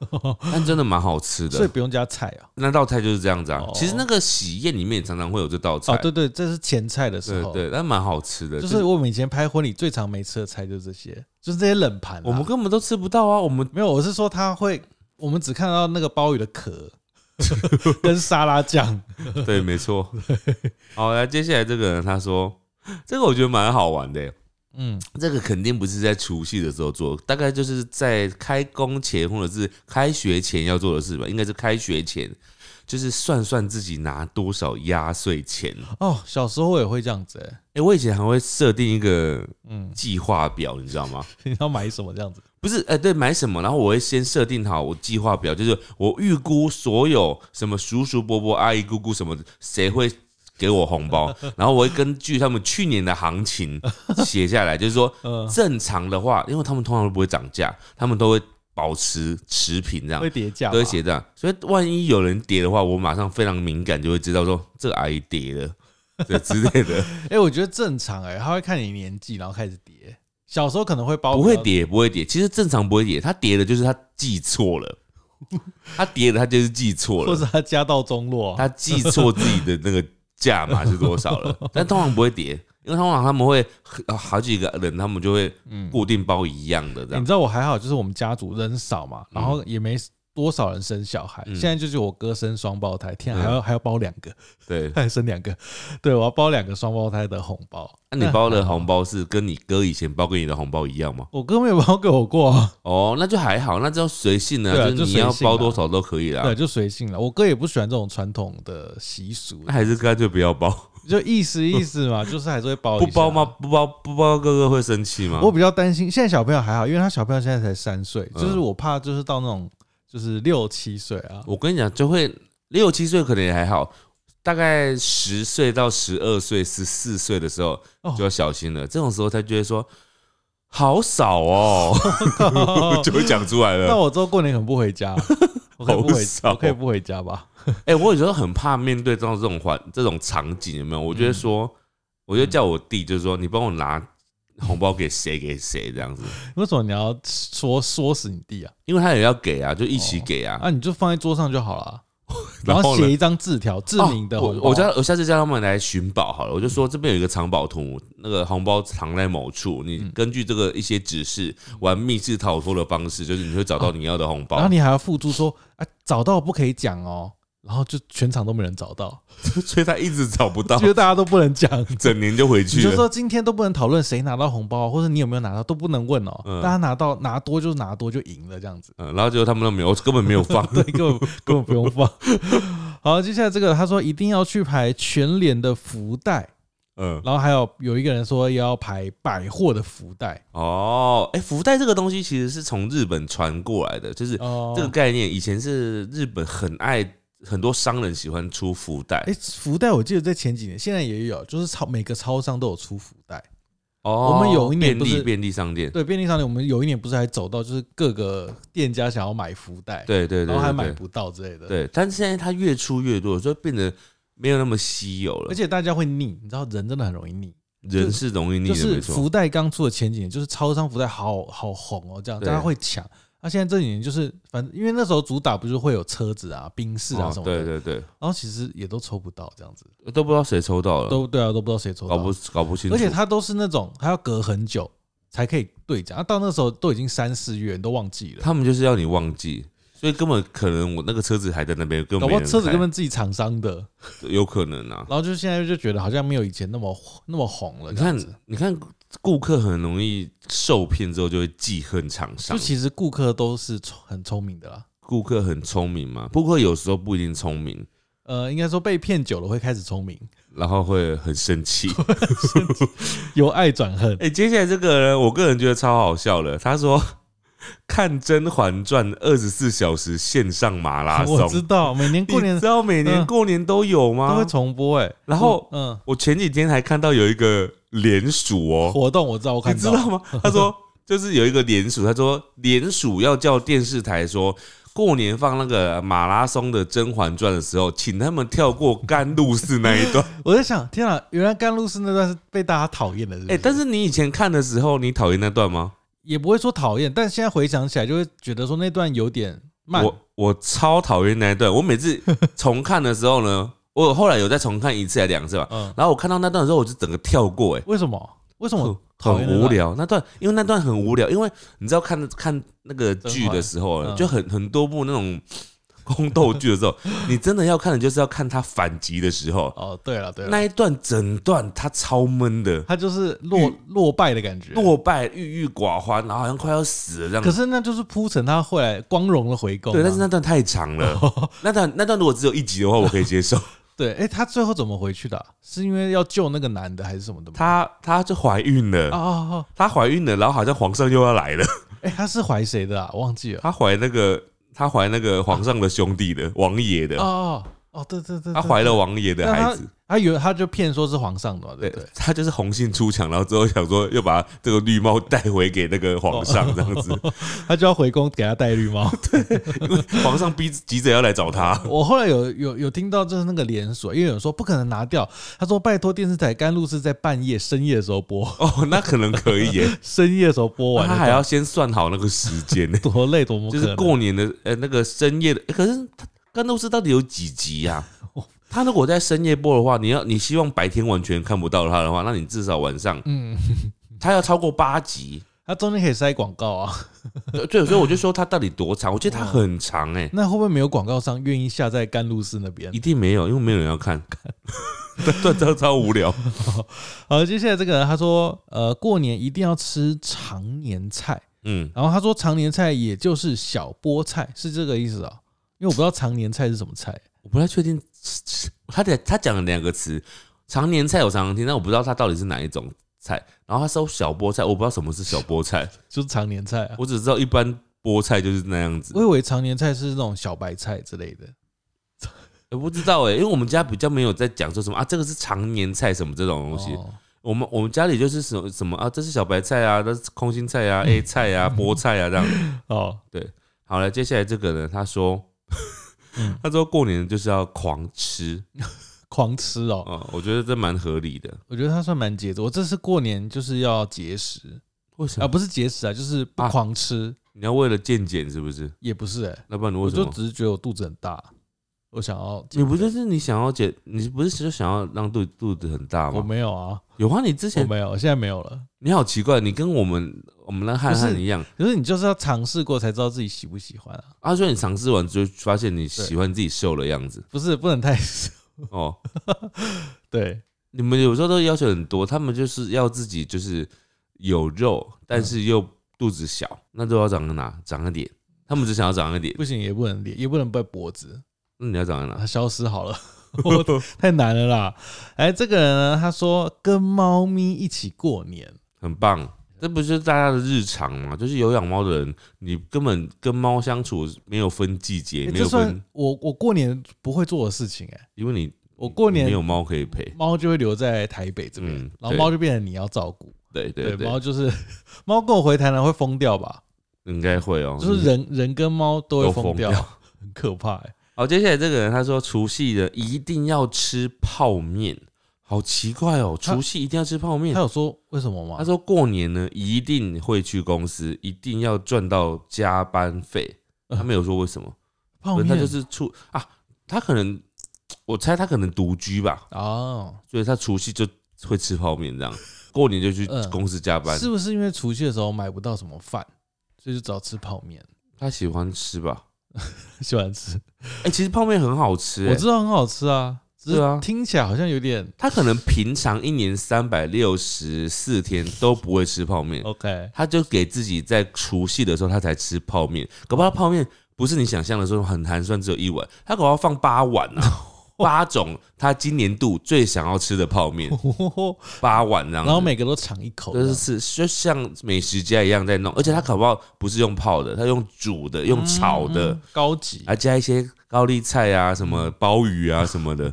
S1: 但真的蛮好吃
S2: 所以
S1: 的。
S2: 不用加菜啊。
S1: 那道菜就是这样子啊
S2: 哦。
S1: 其实那个喜宴里面也常常会有这道菜
S2: 哦，，对对，这是前菜的时
S1: 对
S2: 候。
S1: 对，但蛮好吃的，
S2: 就是我们以前拍婚礼最常没吃的菜就是这些，就是这些冷盘啊、
S1: 我们根本都吃不到啊，我们
S2: 没有，我是说它会，我们只看到那个鲍鱼的壳 (laughs) 跟沙拉酱。
S1: (laughs) 对，没错。好，来，接下来这个人他说，这个我觉得蛮好玩的耶，欸
S2: 嗯，
S1: 这个肯定不是在除夕的时候做，大概就是在开工前或者是开学前要做的事吧，应该是开学前，就是算算自己拿多少压岁钱。
S2: 哦，小时候我也会这样子、欸， (laughs)
S1: 哎、我以前还会设定一个
S2: 嗯，
S1: 计划表，你知道吗？
S2: 你要买什么这样子？
S1: 不是，哎、对，买什么，然后我会先设定好我计划表，就是我预估所有什么叔叔、伯伯、阿姨、姑姑什么，谁会给我红
S2: (laughs)
S1: 包，然后我会根据他们去年的行情写下来，就是说
S2: 嗯、
S1: 正常的话，因为他们通常都不会涨价，他们都会保持持平这样
S2: 会，啊叠价
S1: 啊
S2: 吧，
S1: 都会写这样，所以万一有人跌的话，我马上非常敏感，就会知道说这个阿姨跌了，对之类的，
S2: 哎、我觉得正常哎、他会看你年纪，然后开始叠。小时候可能会包，
S1: 不会，叠，不会叠。其实正常不会叠，他叠的就是他记错
S2: (laughs)
S1: 了，他叠的他就是记错
S2: 或者
S1: 了，
S2: 他家道中落。
S1: 他记错自己的那个价码是多少
S2: (laughs)
S1: 了。但通常不会叠，因为通常他们会呃好几个人，他们就会
S2: 嗯，
S1: 固定包一样的这
S2: 欸你
S1: 样。
S2: 知道我还好，就是我们家族人少嘛，然后也没多少人生小孩。
S1: 嗯
S2: 现在就是我哥生双胞胎，天、啊，
S1: 嗯
S2: 还要还要包两个， (laughs)
S1: 对，
S2: 还生两个，对我要包两个双胞胎的红包。
S1: 那你包的红包是跟你哥以前包给你的红包一样吗？
S2: 我哥没有包给我
S1: (laughs)
S2: 过啊，
S1: 哦，那就还好，那就随性
S2: 对啊
S1: 了，就是你
S2: 就随性
S1: 要
S2: 啦
S1: 包多少都可以啦
S2: 对，。就随性了。我哥也不喜欢这种传统的习
S1: (laughs)
S2: 俗
S1: 那，还是干脆不要包，
S2: 就意思意思嘛，就是还是会包一
S1: 不
S2: 下
S1: 包吗？？不包不包，哥哥会生气吗？
S2: 我比较担心，现在小朋友还好，因为他小朋友现在才三岁，
S1: 啊嗯
S2: 就是我怕就是到那种就是六七岁啊，
S1: 我跟你讲，就会六七岁可能也还好，大概十岁到十二岁、十四岁的时候
S2: 哦”
S1: 就要小心了。这种时候他就会说：“好少哦 (laughs)
S2: (laughs)
S1: 就会呃讲出来
S2: 哦那
S1: 了。
S2: 我之后过年可能不
S1: (laughs)
S2: 回家，我可以不回
S1: 好，少
S2: 我可以不回家吧？
S1: 哎、我有时候很怕面对到这种环、这种场景，有没有？我就会说，
S2: 嗯
S1: 我就叫我弟，就是说，你帮我拿红包给谁给谁这样子，
S2: 为什么你要说说死你弟啊？
S1: 因为他也要给啊，就一起给啊。
S2: 啊，你就放在桌上就
S1: (laughs)
S2: 好了，啊
S1: 然
S2: 然后
S1: 后
S2: 写
S1: 呢？
S2: 一张字条，志明的
S1: 哦
S2: 红包
S1: 我我叫我下次叫他们来寻宝好了，我就说这边有一个藏宝图，那个红包藏在某
S2: 嗯
S1: 处，你根据这个一些指示玩密室逃脱的方式，就是你会找到你要的红包。
S2: 然后你还要附注说啊，找到不可以讲哦，然后就全场都没人找
S1: (laughs)
S2: 到，
S1: 所以他一直找不到
S2: 觉，得大家都不能讲。
S1: 整年就回
S2: 你
S1: 去
S2: 就
S1: 了。
S2: 说今天都不能讨论谁拿到红包，或者你有没有拿到都不能问哦。
S1: 嗯
S2: 大家拿到拿多就拿多就赢了这样子。 (laughs)
S1: 嗯，然后结果他们都没有，根本没有放。
S2: 对，根本根本不用放。 (laughs) 好，接下来这个他说一定要去排全联的福袋，
S1: 嗯，
S2: 然后还有有一个人说也要排百货的福袋。
S1: 哦，哎、福袋这个东西其实是从日本传过来的，就是
S2: 哦，
S1: 这个概念，以前是日本很爱，很多商人喜欢出福袋
S2: 哎、。福袋我记得在前几年，现在也有，就是超每个超商都有出福袋。
S1: 哦，
S2: 我们有一年
S1: 便
S2: 不是
S1: 利便利商店，
S2: 对，便利商店我们有一年不是还走到就是各个店家想要买福袋，
S1: 对对对对
S2: 然后还
S1: 对
S2: 买不到之类的。，
S1: 对，但是现在它越出越多，所以变得没有那么稀有了。
S2: 而且大家会腻，你知道人真的很容易腻。
S1: 人是容易腻
S2: 就
S1: 的，没
S2: 是福
S1: 错。
S2: 袋刚出的前几年，就是超商福袋好好红哦，这样
S1: 对
S2: 大家会抢。那、现在这几年就是，反正因为那时候主打不是会有车子啊、宾士啊
S1: 哦
S2: 什么的，
S1: 对对对，
S2: 然后其实也都抽不到这样子，
S1: 都不知道谁抽到了，
S2: 都对啊，都不知道谁抽到，
S1: 哦搞不搞不清楚。
S2: 而且它都是那种它要隔很久才可以兑奖，啊、到那时候都已经三四月，你都忘记了，
S1: 他们就是要你忘记，所以根本可能我那个车子还在那边，根
S2: 搞
S1: 本
S2: 不
S1: 没
S2: 好
S1: 人
S2: 车子
S1: 开
S2: 根本自己厂商的，
S1: 有可能啊。
S2: 然后就现在就觉得好像没有以前那么那么红了，
S1: 你
S2: 这样
S1: 看
S2: 子。，
S1: 你看，顾客很容易受骗之后就会记恨厂
S2: 就
S1: 商。
S2: 其实顾客都是聪很聪明的啦，
S1: 顾客很聪明嘛，顾客有时候不一定聪明，
S2: 呃，应该说被骗久了会开始聪明，
S1: 然后会很生气。
S2: 由爱转恨。
S1: 哎、接下来这个呢，我个人觉得超好笑的。他说看《甄嬛传》二十四小时线上马拉松，
S2: (laughs) 我知道，每年过
S1: 你
S2: 年
S1: 知道每年
S2: 嗯
S1: 过年都有
S2: 都
S1: 吗
S2: 会？重播哎、
S1: 然后
S2: 嗯，
S1: 我前几天还看到有一个联署哦，
S2: 活动我知道，我看
S1: 你知
S2: 到
S1: 道吗？他
S2: (laughs)
S1: 说就是有一个联署，他说联署要叫电视台说。过年放那个马拉松的《甄嬛传》的时候，请他们跳过甘露寺那一
S2: (laughs)
S1: 段。
S2: 我在想，天啊，原来甘露寺那段是被大家讨厌的，
S1: 哎、但是你以前看的时候，你讨厌那段吗？
S2: 也不会说讨厌，但现在回想起来就会觉得说那段有点慢，
S1: 我我超讨厌那一段。我每次重看的时候呢，我后来有再重看一次还两次吧。
S2: 嗯，
S1: 然后我看到那段的时候，我就整个跳过、欸，
S2: 为什么？为什么
S1: 很
S2: 讨厌那
S1: 很无
S2: 段？
S1: 聊。那段因为那段很无聊，因为你知道看看那个剧的时候
S2: 甄，嬛嗯
S1: 就很很多部那种 (laughs) 宫斗剧的时候，你真的要看的就是要看他反击的时候，
S2: 哦，对 (laughs) 了对了，
S1: 那一段整段他超闷的，
S2: 他就是落落败的感觉，
S1: (laughs) 落败、郁郁寡欢，然后好像快要死了这样
S2: 可
S1: 子。
S2: 是那就是铺陈他后来光荣的回宫啊、
S1: 对，但是那段太长
S2: (laughs)
S1: 了，那段那段如果只有一集的话，我可以接受。
S2: 对，哎、他最后怎么回去的啊、是因为要救那个男的还是什么的吗？
S1: 她她就怀孕
S2: 哦
S1: 了，
S2: 哦
S1: 她怀孕了，然后好像皇上又要来了，
S2: 哦，哎、他是怀谁的啊？忘记了。
S1: 她怀那个她怀那个皇上的兄弟的王爷
S2: 哦
S1: 的，
S2: 哦哦，对对对，
S1: 她
S2: 对
S1: 怀了王爷的
S2: 那
S1: 孩
S2: 他
S1: 子。
S2: 他以为他就骗说是皇上的嘛，对
S1: 对
S2: 不对？，
S1: 她就是红杏出墙，然后之后想说又把这个绿帽带回给那个皇上，这样子，
S2: 他就要回宫给他戴绿
S1: (laughs)
S2: 帽。
S1: 因为皇上逼急着要来找她。
S2: 我后来有有有听到就是那个连锁，因为有人说不可能拿掉，他说拜托电视台甘露是在半夜深夜的时候播， (laughs)
S1: 哦，那可能可以耶，
S2: 深夜的时候播
S1: (laughs)
S2: 完
S1: 他
S2: 那
S1: 啊还要
S2: 段
S1: 先算好那个时间呢，
S2: 多累多么
S1: 就
S2: 可
S1: 是
S2: 能。
S1: 过年的呃那个深夜的，欸可是他甘露寺到底有几集
S2: (laughs)
S1: 呀、他如果在深夜播的话，你要你希望白天完全看不到他的话，那你至少晚上
S2: 嗯，
S1: 他要超过八集。
S2: 他中间可以塞广告啊， (laughs)
S1: 对，对所以我就说他到底多长？我觉得他很长哎、
S2: 那会不会没有广告商愿意下在甘露寺那边
S1: 一？定没有，因为没有人要看， (laughs) 这这超无聊。
S2: 好，接下来这个人他说，呃，过年一定要吃常年菜，
S1: 嗯，
S2: 然后他说常年菜也就是小菠菜，是这个意思啊、因为我不知道常年菜是什么菜。
S1: 我不太确定他的他讲了两个词，常年菜我常常听，但我不知道它到底是哪一种菜。然后他说小菠菜，我不知道什么是小菠菜。
S2: (laughs) 就是常年菜啊。
S1: 我只知道一般菠菜就是那样子
S2: 我，以为常年菜是那种小白菜之类的。
S1: 我不知道哎、因为我们家比较没有在讲说什么啊，这个是常年菜什么这种东西。
S2: 哦
S1: 我们我们家里就是什么什么啊，这是小白菜啊，这是空心菜啊，A
S2: 嗯
S1: 菜啊，菠菜啊
S2: (laughs)
S1: 这样。
S2: 哦，
S1: 好了，接下来这个呢，他说
S2: 嗯，
S1: (laughs) 他说过年就是要狂吃
S2: 狂吃哦！
S1: 哦，我觉得这蛮合理的。
S2: 我觉得他算蛮节制。我这次过年就是要节食
S1: 为什
S2: 啊，
S1: 么？
S2: 不是节食啊，就是不
S1: 啊
S2: 狂吃，
S1: 你要为了健检是不是？
S2: 也不是哎、
S1: 那不然你
S2: 我
S1: 为什
S2: 就
S1: 么？
S2: 只是觉得我肚子很大，我想要减
S1: 你不
S2: 肥
S1: 就是你想要减，你不是就想要让肚肚子很大
S2: 我
S1: 吗？
S2: 没有啊，
S1: 有啊，你之
S2: 我
S1: 前
S2: 没有，现在没有了。
S1: 你好奇怪，你跟我们我们那汉
S2: 不
S1: 汉
S2: 是
S1: 一样，
S2: 可是你就是要尝试过才知道自己喜不喜欢啊，
S1: 阿所以你尝试完就发现你喜欢自己瘦的样子
S2: 不是不能太
S1: (laughs) 哦。
S2: 对
S1: 你们有时候都要求很多，他们就是要自己就是有肉，但是又肚子小，那都要长个哪？长个脸。他们只想要长个脸，
S2: 不行，也不能脸，也不能被脖子。
S1: 那你要长个
S2: 它
S1: 哪？
S2: 消失好
S1: (laughs)
S2: 了，我太难了啦。哎，这个人呢，他说跟猫咪一起过年，
S1: 很棒，这不就是大家的日常吗？就是有养猫的人，你根本跟猫相处没有分季节，
S2: 哎
S1: 没
S2: 这
S1: 有
S2: 算
S1: 分，
S2: 我我过年不会做的事情哎、
S1: 因为你
S2: 我过
S1: 嗯你没
S2: 年
S1: 有猫可以陪。
S2: 猫就会留在台北这边，
S1: 嗯
S2: 然后猫就变成你要照顾。
S1: 对对
S2: 猫
S1: 对，
S2: 就是猫跟我回台南会疯掉吧？
S1: 应该会哦。
S2: 就是人人跟猫都会
S1: 都
S2: 疯
S1: 疯
S2: 掉
S1: 掉，
S2: 很可怕哎、
S1: 好，接下来这个人他说除夕的一定要吃泡面，好奇怪哦，
S2: 他
S1: 除夕一定要吃泡面
S2: 他。有说为什么吗？
S1: 他说过年呢一定会去公司，一定要赚到加班费。
S2: 嗯
S1: 他没有说为什么，
S2: 泡
S1: 可
S2: 面
S1: 能他就是出啊，他可能我猜他可能独居吧，
S2: 哦，
S1: 所以他除夕就会吃泡面
S2: (laughs)
S1: 这样，过年就去
S2: 嗯
S1: 公司加班。
S2: 是不是因为除夕的时候买不到什么饭，所以就只好吃泡面？ (laughs)
S1: 他喜欢吃吧？
S2: 喜欢吃，
S1: 哎、其实泡面很好吃、
S2: 我
S1: 欸，
S2: 知道很好吃啊，只
S1: 对啊
S2: 是听起来好像有点
S1: 他可能平常一年三百六十四天都不会吃泡面，
S2: OK。 (laughs)
S1: 他就给自己在除夕的时候他才吃泡面，搞不好泡面不是你想象的说很寒酸只有一碗，他搞不好放八碗
S2: (laughs)
S1: 啊，八种他今年度最想要吃的泡
S2: (laughs)
S1: 面，八碗这样子，
S2: 然后每个都尝一口
S1: 嗯
S2: 这
S1: 就
S2: 样，
S1: 是是就像美食家一样在弄，而且他搞不好不是用泡的，他用煮的，用炒的，
S2: 嗯高级。
S1: 还加一些高丽菜啊、什么鲍鱼啊什么
S2: (laughs)
S1: 的，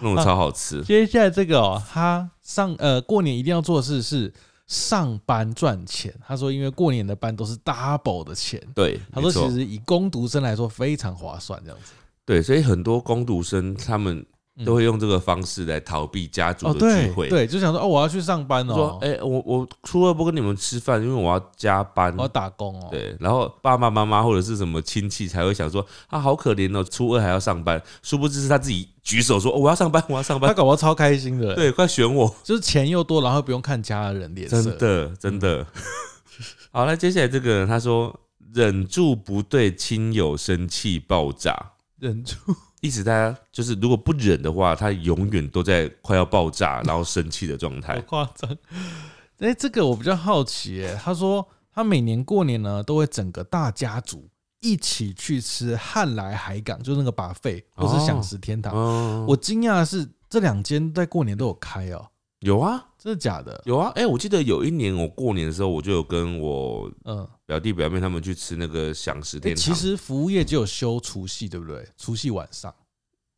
S1: 那种超好吃。
S2: 接下来这个哦，他上呃过年一定要做的事是上班赚钱。他说，因为过年的班都是 double 的钱。
S1: 对，
S2: 他
S1: 没
S2: 说，
S1: 错
S2: 其实以工读生来说非常划算，这样子。
S1: 对，所以很多工读生他们
S2: 嗯
S1: 都会用这个方式来逃避家族
S2: 哦，
S1: 的聚
S2: 对
S1: 会。
S2: 对，就想说哦，我要去上班
S1: 他说
S2: 哦：“，
S1: 哎、我我初二不跟你们吃饭，因为我要加班
S2: 我。要打工哦。”
S1: 对，然后爸爸妈妈或者是什么亲戚才会想说：“啊，好可怜哦，初二还要上班。”殊不知是他自己举手说：“哦、我要上班，我要上
S2: 他
S1: 班。
S2: 搞不好超开心”的，，
S1: 对，快选我！
S2: 就是钱又多，然后又不用看家人脸色，
S1: 真的，
S2: 嗯
S1: 真的。 (laughs) 好，那接下来这个人他说：“忍住不对亲友生气爆炸。”
S2: 忍住。
S1: 一直他就是如果不忍的话，他永远都在快要爆炸，然后生气的状
S2: 好
S1: 态。
S2: 夸张。哎、这个我比较好奇、耶他说他每年过年呢，都会整个大家族一起去吃汉来海港，就是那个把费
S1: 哦
S2: 或是享食天堂。
S1: 嗯，
S2: 我惊讶的是，这两间在过年都有开哦、
S1: 有啊，
S2: 真的假的？
S1: 有啊，哎、我记得有一年我过年的时候，我就有跟我
S2: 嗯、
S1: 表弟表妹他们去吃那个享食
S2: 诶
S1: 天堂。
S2: 哎其实服务业只有休除夕，对不对？除夕晚上，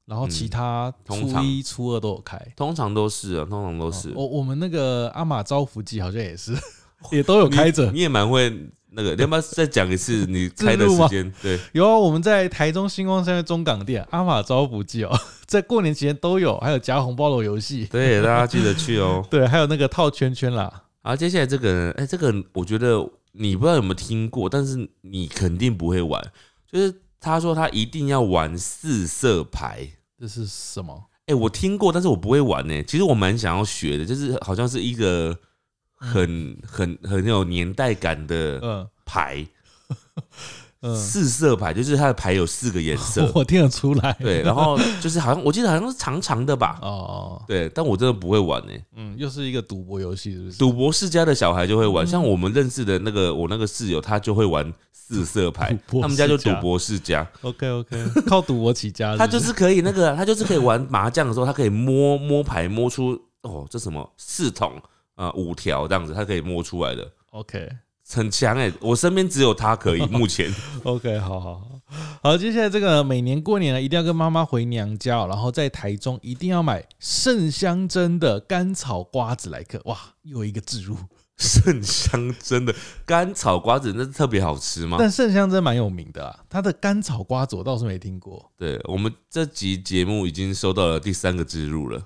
S2: 然后其
S1: 嗯
S2: 他初
S1: 通常
S2: 一、初二都有开。哦
S1: 通常都是啊，通常都是。
S2: 我我们那个阿玛招福记好像也是， (laughs) 也都有开着
S1: 你。你也蛮会那个，你要不要再讲一次你
S2: 自
S1: 开的
S2: 录吗
S1: 时间？对，
S2: 有啊，我们在台中星光山的中港店阿玛招不记哦， (laughs) 在过年期间都有，还有夹红包的游戏，
S1: 对，大家记得去
S2: (laughs)
S1: 哦。
S2: 对，还有那个套圈圈啦，
S1: 好，接下来这个人，哎、这个我觉得你不知道有没有听过，但是你肯定不会玩。就是他说他一定要玩四色牌。
S2: 这是什么？
S1: 哎、我听过，但是我不会玩呢、其实我蛮想要学的，就是好像是一
S2: 嗯
S1: 个很很很有年代感的
S2: 嗯
S1: 牌，
S2: 嗯，哦
S1: 四色牌，就是它的牌有四个颜色，
S2: 我听得出来。
S1: 对，然后就是好像我记得好像是长长的吧，
S2: 哦，
S1: 对，但我真的不会玩呢、
S2: 嗯，又是一个赌博游戏，是不是？
S1: 赌博世家的小孩就会
S2: 嗯
S1: 玩，像我们认识的那个我那个室友，他就会玩四色牌
S2: 赌，博
S1: 他们家就
S2: 世家
S1: 赌博世家，
S2: OK OK，靠赌博起家
S1: 他
S2: 不
S1: 就是可以那 (laughs) 个，他就是可以玩麻将的时候，他可以摸摸牌，摸出哦，这什么四筒啊、呃五条这样子，他可以摸出来的，
S2: OK
S1: 很强哎、我身边只有他 (laughs) 可以，目前
S2: OK，好好好，好，接下来这个每年过年呢，一定要跟妈妈回娘家哦，然后在台中一定要买圣香珍的甘草瓜子来嗑，哇，又一个置入。
S1: 圣香真的甘草瓜子那是特别好吃吗？
S2: 但圣香真蛮有名的啊，它的甘草瓜子我倒是没听过。 (laughs)
S1: 对我们这集节目已经收到了第三个植入 (laughs) 了，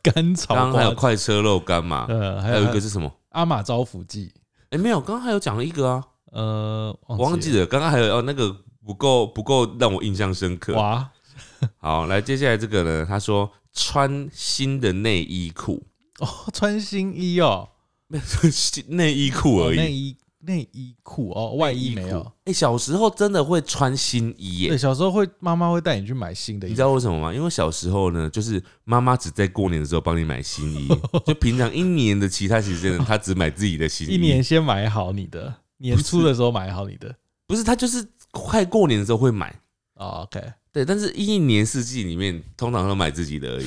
S2: 甘
S1: 刚
S2: 草
S1: 刚还
S2: 瓜
S1: 有
S2: 子，
S1: 快车肉干嘛，
S2: 呃，还
S1: 还有
S2: 有
S1: 一个是什么？
S2: 阿玛招福记，
S1: 哎、没有，刚刚还有讲了一个啊，
S2: 呃，
S1: 我
S2: 了
S1: 忘记了，刚刚还有哦，那个不够不够让我印象深刻。
S2: 哇，
S1: 好，来接下来这个呢，他说穿新的内衣裤，
S2: 哦，穿新衣哦，
S1: 没有新 (laughs) 内衣裤
S2: 哦
S1: 而
S2: 内
S1: 已，
S2: 衣内衣裤哦，外衣没有
S1: 哎。、诶小时候真的会穿新衣耶、
S2: 对，小时候会妈妈会带你去买新的衣
S1: 你
S2: 服，
S1: 知道为什么吗？因为小时候呢，就是妈妈只在过年的时候帮你买新
S2: (laughs)
S1: 衣，就平常一年的其他时间呢，她只买自己的新衣。
S2: 一年先买好你的，年初的时候买好你的。
S1: 不是她就是快过年的时候会买，
S2: 哦 OK， (laughs)
S1: 对，但是一年四季里面通常都买自己的
S2: (laughs)
S1: 而已，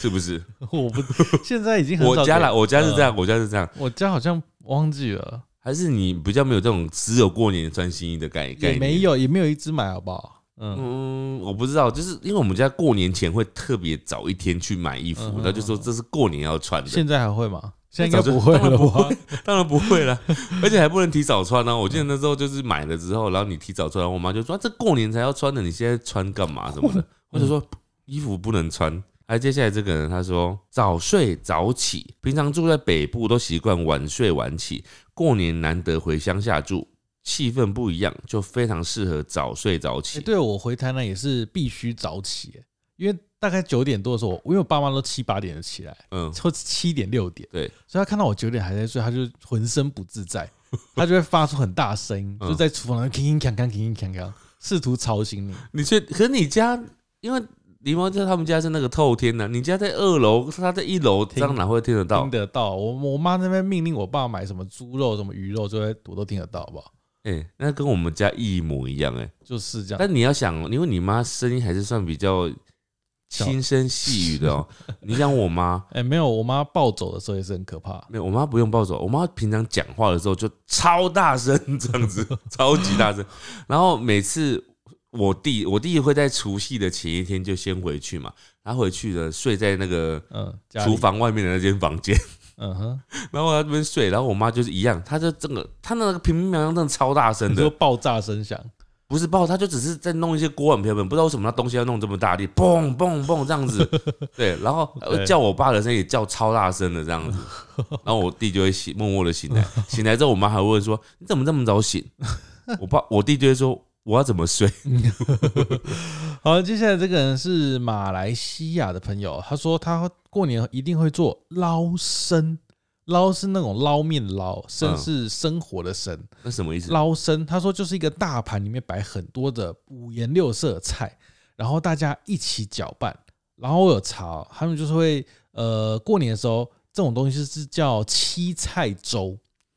S1: 是不是？(laughs)
S2: 我不，现在已经很少嗯
S1: 我家
S2: 给
S1: 啦，我家是这样，我家是这样，
S2: 我家好像忘记了，
S1: 还是你比较没有这种只有过年穿新衣的概概
S2: 也
S1: 念？
S2: 没。有也没有一只买好不好？嗯，
S1: 嗯，我不知道，就是因为我们家过年前会特别早一天去买衣服
S2: 嗯，
S1: 他就说这是过年要穿的。
S2: 现在还会吗？现在
S1: 早
S2: 应
S1: 就
S2: 该不会
S1: 当然
S2: 了
S1: 不啊
S2: 吧？
S1: (laughs) 当然不会啦， (laughs) 而且还不能提早穿呢、啊我记得那时候就是买了之后，然后你提早穿，然后
S2: (laughs)
S1: 我妈就说、啊这过年才要穿的，你现在穿干嘛什么的。我就说衣服不能穿，哎，接下来这个人他说早睡早起，平常住在北部都习惯晚睡晚起，过年难得回乡下住，气氛不一样，就非常适合早睡早起。
S2: 欸对我回台南也是必须早起、欸因为大概九点多的时候，我因为我爸妈都七八点就起来，
S1: 嗯，
S2: 或七点六点，
S1: 对，
S2: 所以他看到我九点还在睡，他就浑身不
S1: (laughs)
S2: 自在，他就会发出很大声音，
S1: 嗯
S2: 就在厨房那边铿铿锵锵铿铿锵锵，试图吵醒你。
S1: 你去，可是你家因为狸猫家他们家是那个透天的、你家在二楼，他在一楼，这
S2: 听
S1: 样哪会听得到
S2: 听？得到。我我妈那边命令我爸买什么猪肉、什么鱼肉，就会我都听得到，好不好？
S1: 哎、那跟我们家一模一样哎、
S2: 就是这样。
S1: 但你要想哦，因为你妈声音还是算比较
S2: 小
S1: 轻声细语的
S2: (laughs)
S1: 哦、你像我妈，
S2: 哎、没有，我妈暴走的时候也是很可怕。
S1: 没有，我妈不用暴走，我妈平常讲话的时候就超大声这样
S2: (laughs)
S1: 子，超级大声。然后每次我弟，我弟会在除夕的前一天就先回去嘛，他回去了睡在那个
S2: 嗯，家里
S1: 厨，房外面的那间房间。
S2: 嗯
S1: (laughs)
S2: 哼，
S1: 然后我在那边睡，然后我妈就是一样，她就整个她那个平平常常真的超大声
S2: 你说
S1: 的，
S2: 爆炸声响，
S1: 不是爆，她就只是在弄一些锅碗瓢盆，不知道为什么她东西要弄这么大力，嘣嘣嘣这样
S2: (laughs)
S1: 子，对，然后呃
S2: 对
S1: 叫我爸的声音也叫超大声的这样子，然后我弟就会醒，默默的醒
S2: (laughs)
S1: 来，醒来之后我妈还会问说你怎么这么早醒？ (laughs) 我爸我弟就会说我要怎么睡？ (laughs)
S2: 好，接下来这个人是马来西亚的朋友，他说他过年一定会做捞生，捞是那种捞面的捞，生
S1: 嗯
S2: 是生活的生，
S1: 那什么意思？
S2: 捞生，他说就是一个大盘里面摆很多的五颜六色的菜，然后大家一起搅拌，然后我有查，哦他们就是会呃过年的时候这种东西是叫七菜粥，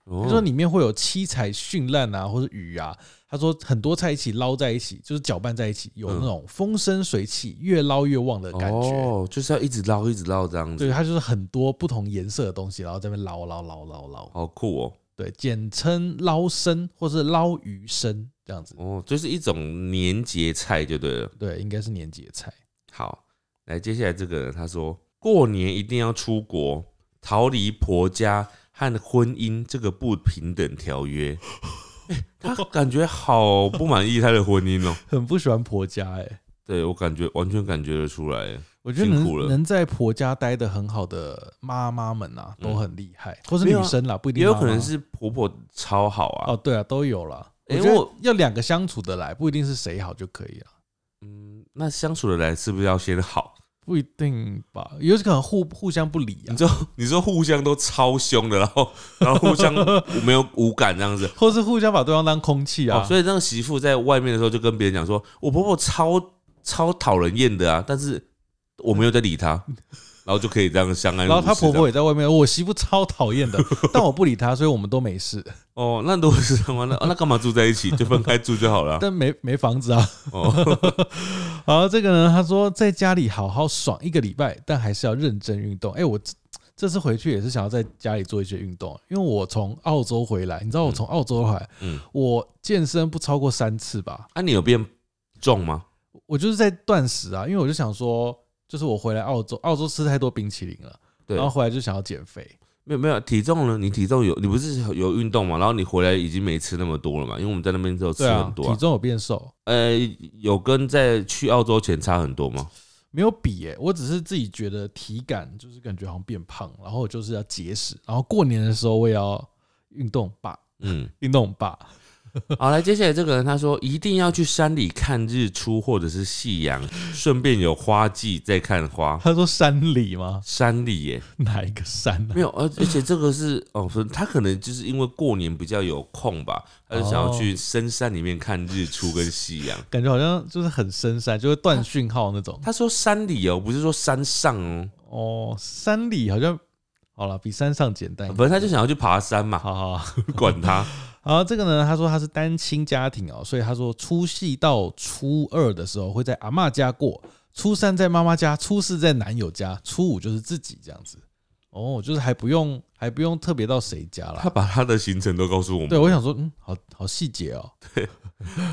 S1: 比
S2: 比如说里面会有七彩绚烂啊，或者鱼啊。他说很多菜一起捞在一起，就是搅拌在一起，有
S1: 嗯
S2: 那种风生水起、越捞越旺的感觉。
S1: 哦，就是要一直捞一直捞这样
S2: 对，
S1: 子，
S2: 它就是很多不同颜色的东西，然后在那边捞捞捞捞捞，
S1: 好酷哦。
S2: 对，简称捞生或是捞鱼生这样子。
S1: 哦，就是一种年节菜就对了。
S2: 对，应该是年节菜。
S1: 好，来，接下来这个人他说，过年一定要出国，逃离婆家和婚姻这个不平等条约。 (laughs) 欸他感觉好不满意他的婚姻哦、 (laughs)
S2: 很不喜欢婆家哎、
S1: 对我感觉完全感觉得出来，
S2: 我觉得
S1: 辛苦了
S2: 能能在婆家待的很好的妈妈们啊，
S1: 嗯
S2: 都很厉害，或是
S1: 没有
S2: 女
S1: 啊
S2: 生啦，不一定
S1: 也有
S2: 妈
S1: 可
S2: 妈
S1: 能是婆婆超好啊。
S2: 哦，对啊，都有啦。我
S1: 诶
S2: 觉得
S1: 我
S2: 要两个相处的来，不一定是谁好就可以啊，
S1: 嗯，那相处的来是不是要先好？ (laughs)
S2: 不一定吧，有可能互互相不理啊
S1: 你，说你说互相都超凶的，然后然后互相没有无感这样子。
S2: 或是互相把对方当空气
S1: 哦，
S2: 啊。
S1: 所以那个媳妇在外面的时候就跟别人讲说：“我婆婆超超讨人厌的啊，但是我没有在理她，
S2: (laughs)
S1: 然后就可以这样相安无事这
S2: 然
S1: 样。”
S2: 后她婆婆也在外面，哦我媳妇超讨厌的， (laughs) 但我不理她，所以我们都没事。
S1: 哦，那如果是这样的话，那那干嘛住在一起？就分开住就好
S2: (laughs)
S1: 了啊。
S2: 但没没房子啊。 (laughs)
S1: 哦，
S2: 好，这个呢，他说在家里好好爽一个礼拜，但还是要认真运动。哎、我这这次回去也是想要在家里做一些运动，因为我从澳洲回来，你知道我从澳洲回来，
S1: 嗯，
S2: 我健身不超过三次吧，
S1: 啊那、你有变重吗？
S2: 我就是在断食啊，因为我就想说，就是我回来澳洲，澳洲吃太多冰淇淋了，
S1: 对
S2: 然，后回来就想要减肥。
S1: 没有没有体重呢？你体重有你不是有运动嘛？然后你回来已经没吃那么多了嘛？因为我们在那边之后吃
S2: 对啊
S1: 很，多、
S2: 体重有变瘦，
S1: 呃，有跟在去澳洲前差很多吗？
S2: 没有比耶、我只是自己觉得体感就是感觉好像变胖，然后我就是要节食，然后过年的时候我也要运动吧，
S1: 嗯，
S2: 运动吧。
S1: 好，来，接下来这个人他说一定要去山里看日出或者是夕阳，顺便有花季再看花。
S2: 他说山里吗？
S1: 山里耶，
S2: 哪一个山呢、啊
S1: 没有，而而且这个是哦，不是他可能就是因为过年比较有空吧，他就想要去深山里面看日出跟夕阳。
S2: 感觉好像就是很深山，就会断讯号那种。
S1: 他说山里哦，不是说山上哦，
S2: 哦，山里好像好了，比山上简单一点。
S1: 反正他就想要去爬山
S2: (laughs)
S1: 嘛，
S2: 好好好，
S1: 管他。
S2: 好这个呢，他说他是单亲家庭哦，所以他说除夕到初二的时候会在阿嬷家过，初三在妈妈家，初四在男友家，初五就是自己这样子。哦，就是还不用还不用特别到谁家
S1: 他
S2: 啦。
S1: 把他的行程都告诉我
S2: 对，
S1: 们。
S2: 我想说，嗯，好好细节哦。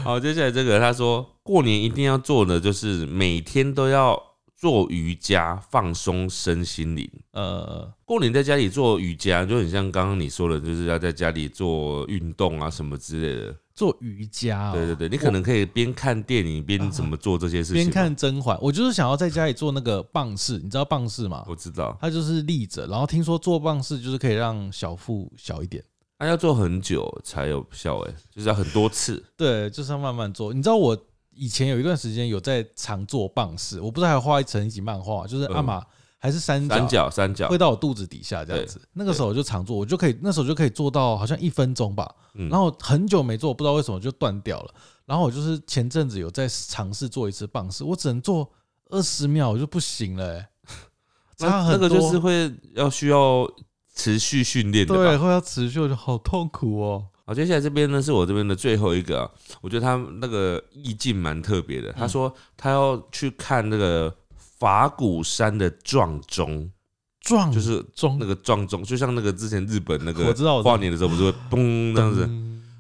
S1: 好，接下来这个他说过年一定要做的就是每天都要做瑜伽，放松身心灵。
S2: 呃，
S1: 过年在家里做瑜伽，就很像刚刚你说的，就是要在家里做运动啊什么之类的。
S2: 做瑜伽、哦，
S1: 对对对，你可能可以边看电影边怎么做这些事情。
S2: 哦边，看甄嬛，我就是想要在家里做那个棒式，你知道棒式吗？
S1: 我知道，
S2: 它就是立着，然后听说做棒式就是可以让小腹小一点，
S1: 那啊要做很久才有效，哎，就是要很多次。
S2: 对，就是要慢慢做。你知道我以前有一段时间有在常做棒式，我不是还有画一层一集漫画，就是阿玛、还是三角
S1: 嗯三角三角
S2: 会，到我肚子底下这样子。那个时候我就常做，我就可以那时候就可以做到好像一分钟吧。
S1: 嗯
S2: 然后很久没做，不知道为什么就断掉了。然后我就是前阵子有在尝试做一次棒式，我只能做二十秒，我就不行了、欸，
S1: (laughs) 那
S2: 差很
S1: 那
S2: 多。
S1: 个就是会要需要持续训练的吧？
S2: 对，会啊要持续，我就好痛苦哦。
S1: 好，接下来这边呢是我这边的最后一个啊、我觉得他那个意境蛮特别的。
S2: 嗯
S1: 他说他要去看那个法鼓山的撞钟，
S2: 撞
S1: 就是
S2: 中
S1: 那个撞钟，就像那个之前日本那个
S2: 我知道我知道
S1: 跨
S2: 嗯
S1: 年的时候不是会
S2: (laughs)
S1: 嘣这样子。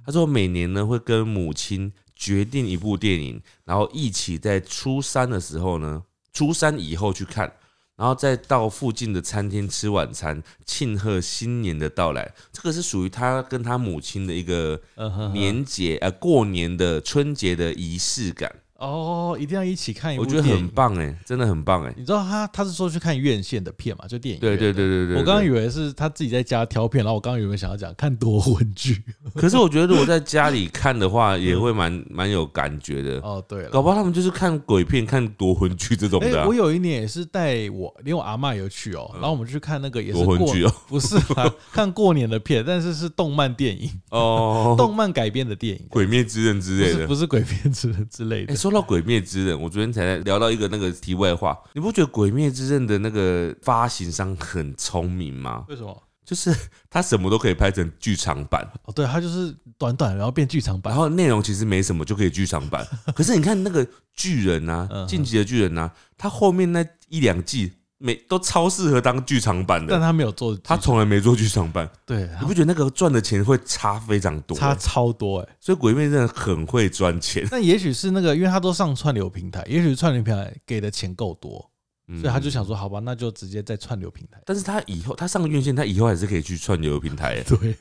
S1: 他说每年呢会跟母亲决定一部电影，然后一起在初三的时候呢，初三以后去看，然后再到附近的餐厅吃晚餐，庆贺新年的到来。这个是属于他跟他母亲的一个
S2: 嗯哼哼
S1: 年节呃过年的春节的仪式感，
S2: 哦，一定要一起看一部
S1: 我觉
S2: 电
S1: 得
S2: 影。
S1: 很棒哎、真的很棒哎、
S2: 你知道他他是说去看院线的片嘛？就电影
S1: 对
S2: 院
S1: 对对对对，
S2: 我刚刚
S1: 对
S2: 以为是他自己在家挑片，然后我刚刚以为想要讲看多魂
S1: (laughs)
S2: 剧。 (laughs)
S1: 可是我觉得如果在家里看的话，
S2: 嗯
S1: 也会蛮蛮有感觉的。
S2: 哦，对了，
S1: 搞不好他们就是看鬼片、看夺魂剧这种
S2: 哎、
S1: 的、啊
S2: 我。有一年也是带我，连我阿嬷有去哦、然后我们去看那个也是
S1: 夺魂
S2: 过
S1: 剧哦
S2: (laughs) 不是啦，看过年的片，但是是动漫电影，
S1: 哦，
S2: 动漫改编的电影，
S1: 鬼灭之刃之
S2: 不
S1: 类
S2: 是
S1: 的。
S2: 不是鬼片之之类
S1: 哎、
S2: 的。
S1: 说到鬼灭之刃，我昨天才在聊到一个那个题外话，你不觉得鬼灭之刃的那个发行商很聪明吗？
S2: 为什么？
S1: 就是他什么都可以拍成剧场
S2: (laughs)
S1: 版，
S2: 哦，对，它就是短短，然后变剧场
S1: 然
S2: 版。
S1: 后内容其实没什么，就可以剧场
S2: (laughs)
S1: 版。可是你看那个巨人啊
S2: 嗯，
S1: 晋级的巨人啊，他后面那一两季每都超适合当剧场版
S2: 但
S1: 的，
S2: 他没有做剧，
S1: 他从来没做剧场版。
S2: 对
S1: 你不觉得那个赚的钱会差非常多？
S2: 啊差超多哎、
S1: 所以鬼灭真的很会赚钱，
S2: 那也许是那个，因为他都上串流平台，也许串流平台给的钱够多，
S1: 嗯
S2: 所以他就想说，好吧，那就直接在串
S1: (laughs)
S2: 流平台。
S1: 但是他以后他上院线，他以后还是可以去串流平台。
S2: (laughs)
S1: 欸
S2: 对，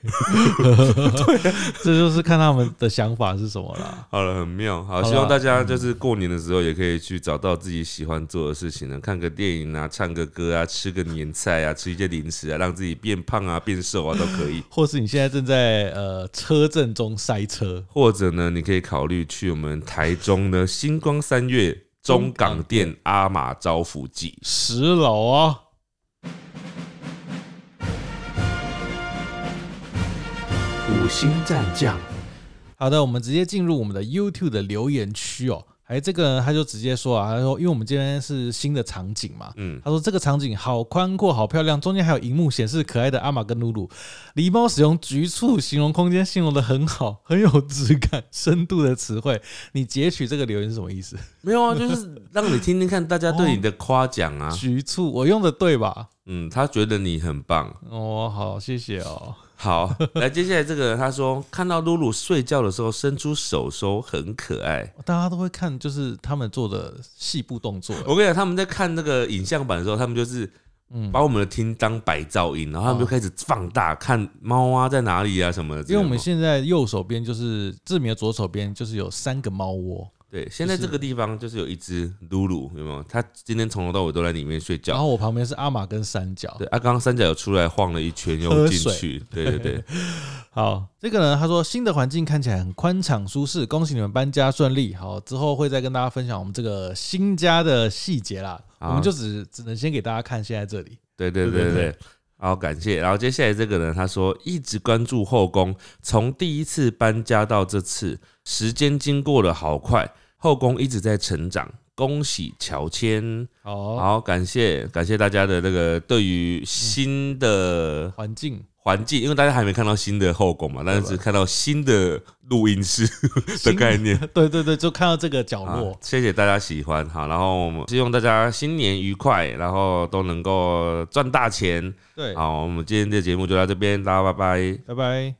S2: 对，这就是看他们的想法是什么啦。
S1: 好了，很妙。好，
S2: 啦
S1: 希望大家就是过年的时候也可以去找到自己喜欢做的事情呢，看个电影啊，唱个歌啊，吃个年菜啊，吃一些零食啊，让自己变胖啊、变瘦啊都可
S2: (laughs)
S1: 以。
S2: 或是你现在正在呃车阵中塞车，
S1: 或者呢，你可以考虑去我们台中的星光三月中港店阿玛招福记。
S2: 十楼哦。
S3: 五星战将，
S2: 好的，我们直接进入我们的 YouTube 的留言区哦。哎，这个他就直接说啊，他说因为我们今天是新的场景嘛，
S1: 嗯，
S2: 他说这个场景好宽阔，好漂亮，中间还有荧幕显示可爱的阿玛跟露露。狸猫使用局促形容空间，形容的很好，很有质感、深度的词汇。你截取这个留言是什么意思？
S1: 没有啊，
S2: (laughs)
S1: 就是让你听听看大家对你的夸奖啊。
S2: 局促，我用的对吧？
S1: 嗯，他觉得你很棒。
S2: 哦，好，谢谢哦。
S1: 好， (laughs) 来，接下来这个人他说，看到露露睡觉的时候伸出手手很可爱。
S2: 大家都会看，就是他们做的细部动作。
S1: 我跟你讲，他们在看那个影像版的时候，他们就是
S2: 嗯，
S1: 把我们的听当白噪音，然后他们就开始放大看猫啊在哪里啊什么的。
S2: 因为我们
S1: 知道吗
S2: 现在右手边就是志明的左手边就是有三个猫窝，
S1: 对现在这个地方就是有一只露露，有没有？它今天从头到尾都在里面睡
S2: 然
S1: 觉。
S2: 后我旁边是阿玛跟三角
S1: 对，。啊，刚刚三角有出来晃了一圈，又
S2: 喝
S1: 进
S2: 水
S1: 去。对对对，
S2: 好，这个呢，他说新的环境看起来很宽敞舒适，恭喜你们搬家顺利。好，之后会再跟大家分享我们这个新家的细节啦。
S1: 好
S2: 我们就只只能先给大家看现在这里。
S1: 对对对
S2: 对
S1: 对
S2: 对
S1: 对，好感谢。然后接下来这个呢，他说一直关注后宫，从第一次搬家到这次，时间经过的好快，后宫一直在成长，恭喜乔迁。
S2: 好，
S1: 好，感谢感谢大家的那个对于新的 (laughs)
S2: 环境
S1: 环境，因为大家还没看到新的后宫嘛，但是只看到新的录音室的
S2: 新
S1: 概 (laughs) 念。
S2: 对对对，就看到这个角
S1: 好，
S2: 落。
S1: 谢谢大家喜欢哈，然后我们希望大家新年愉快，然后都能够赚大钱。
S2: 对，
S1: 好，我们今天的节目就到这边，大家拜拜。
S2: 拜拜。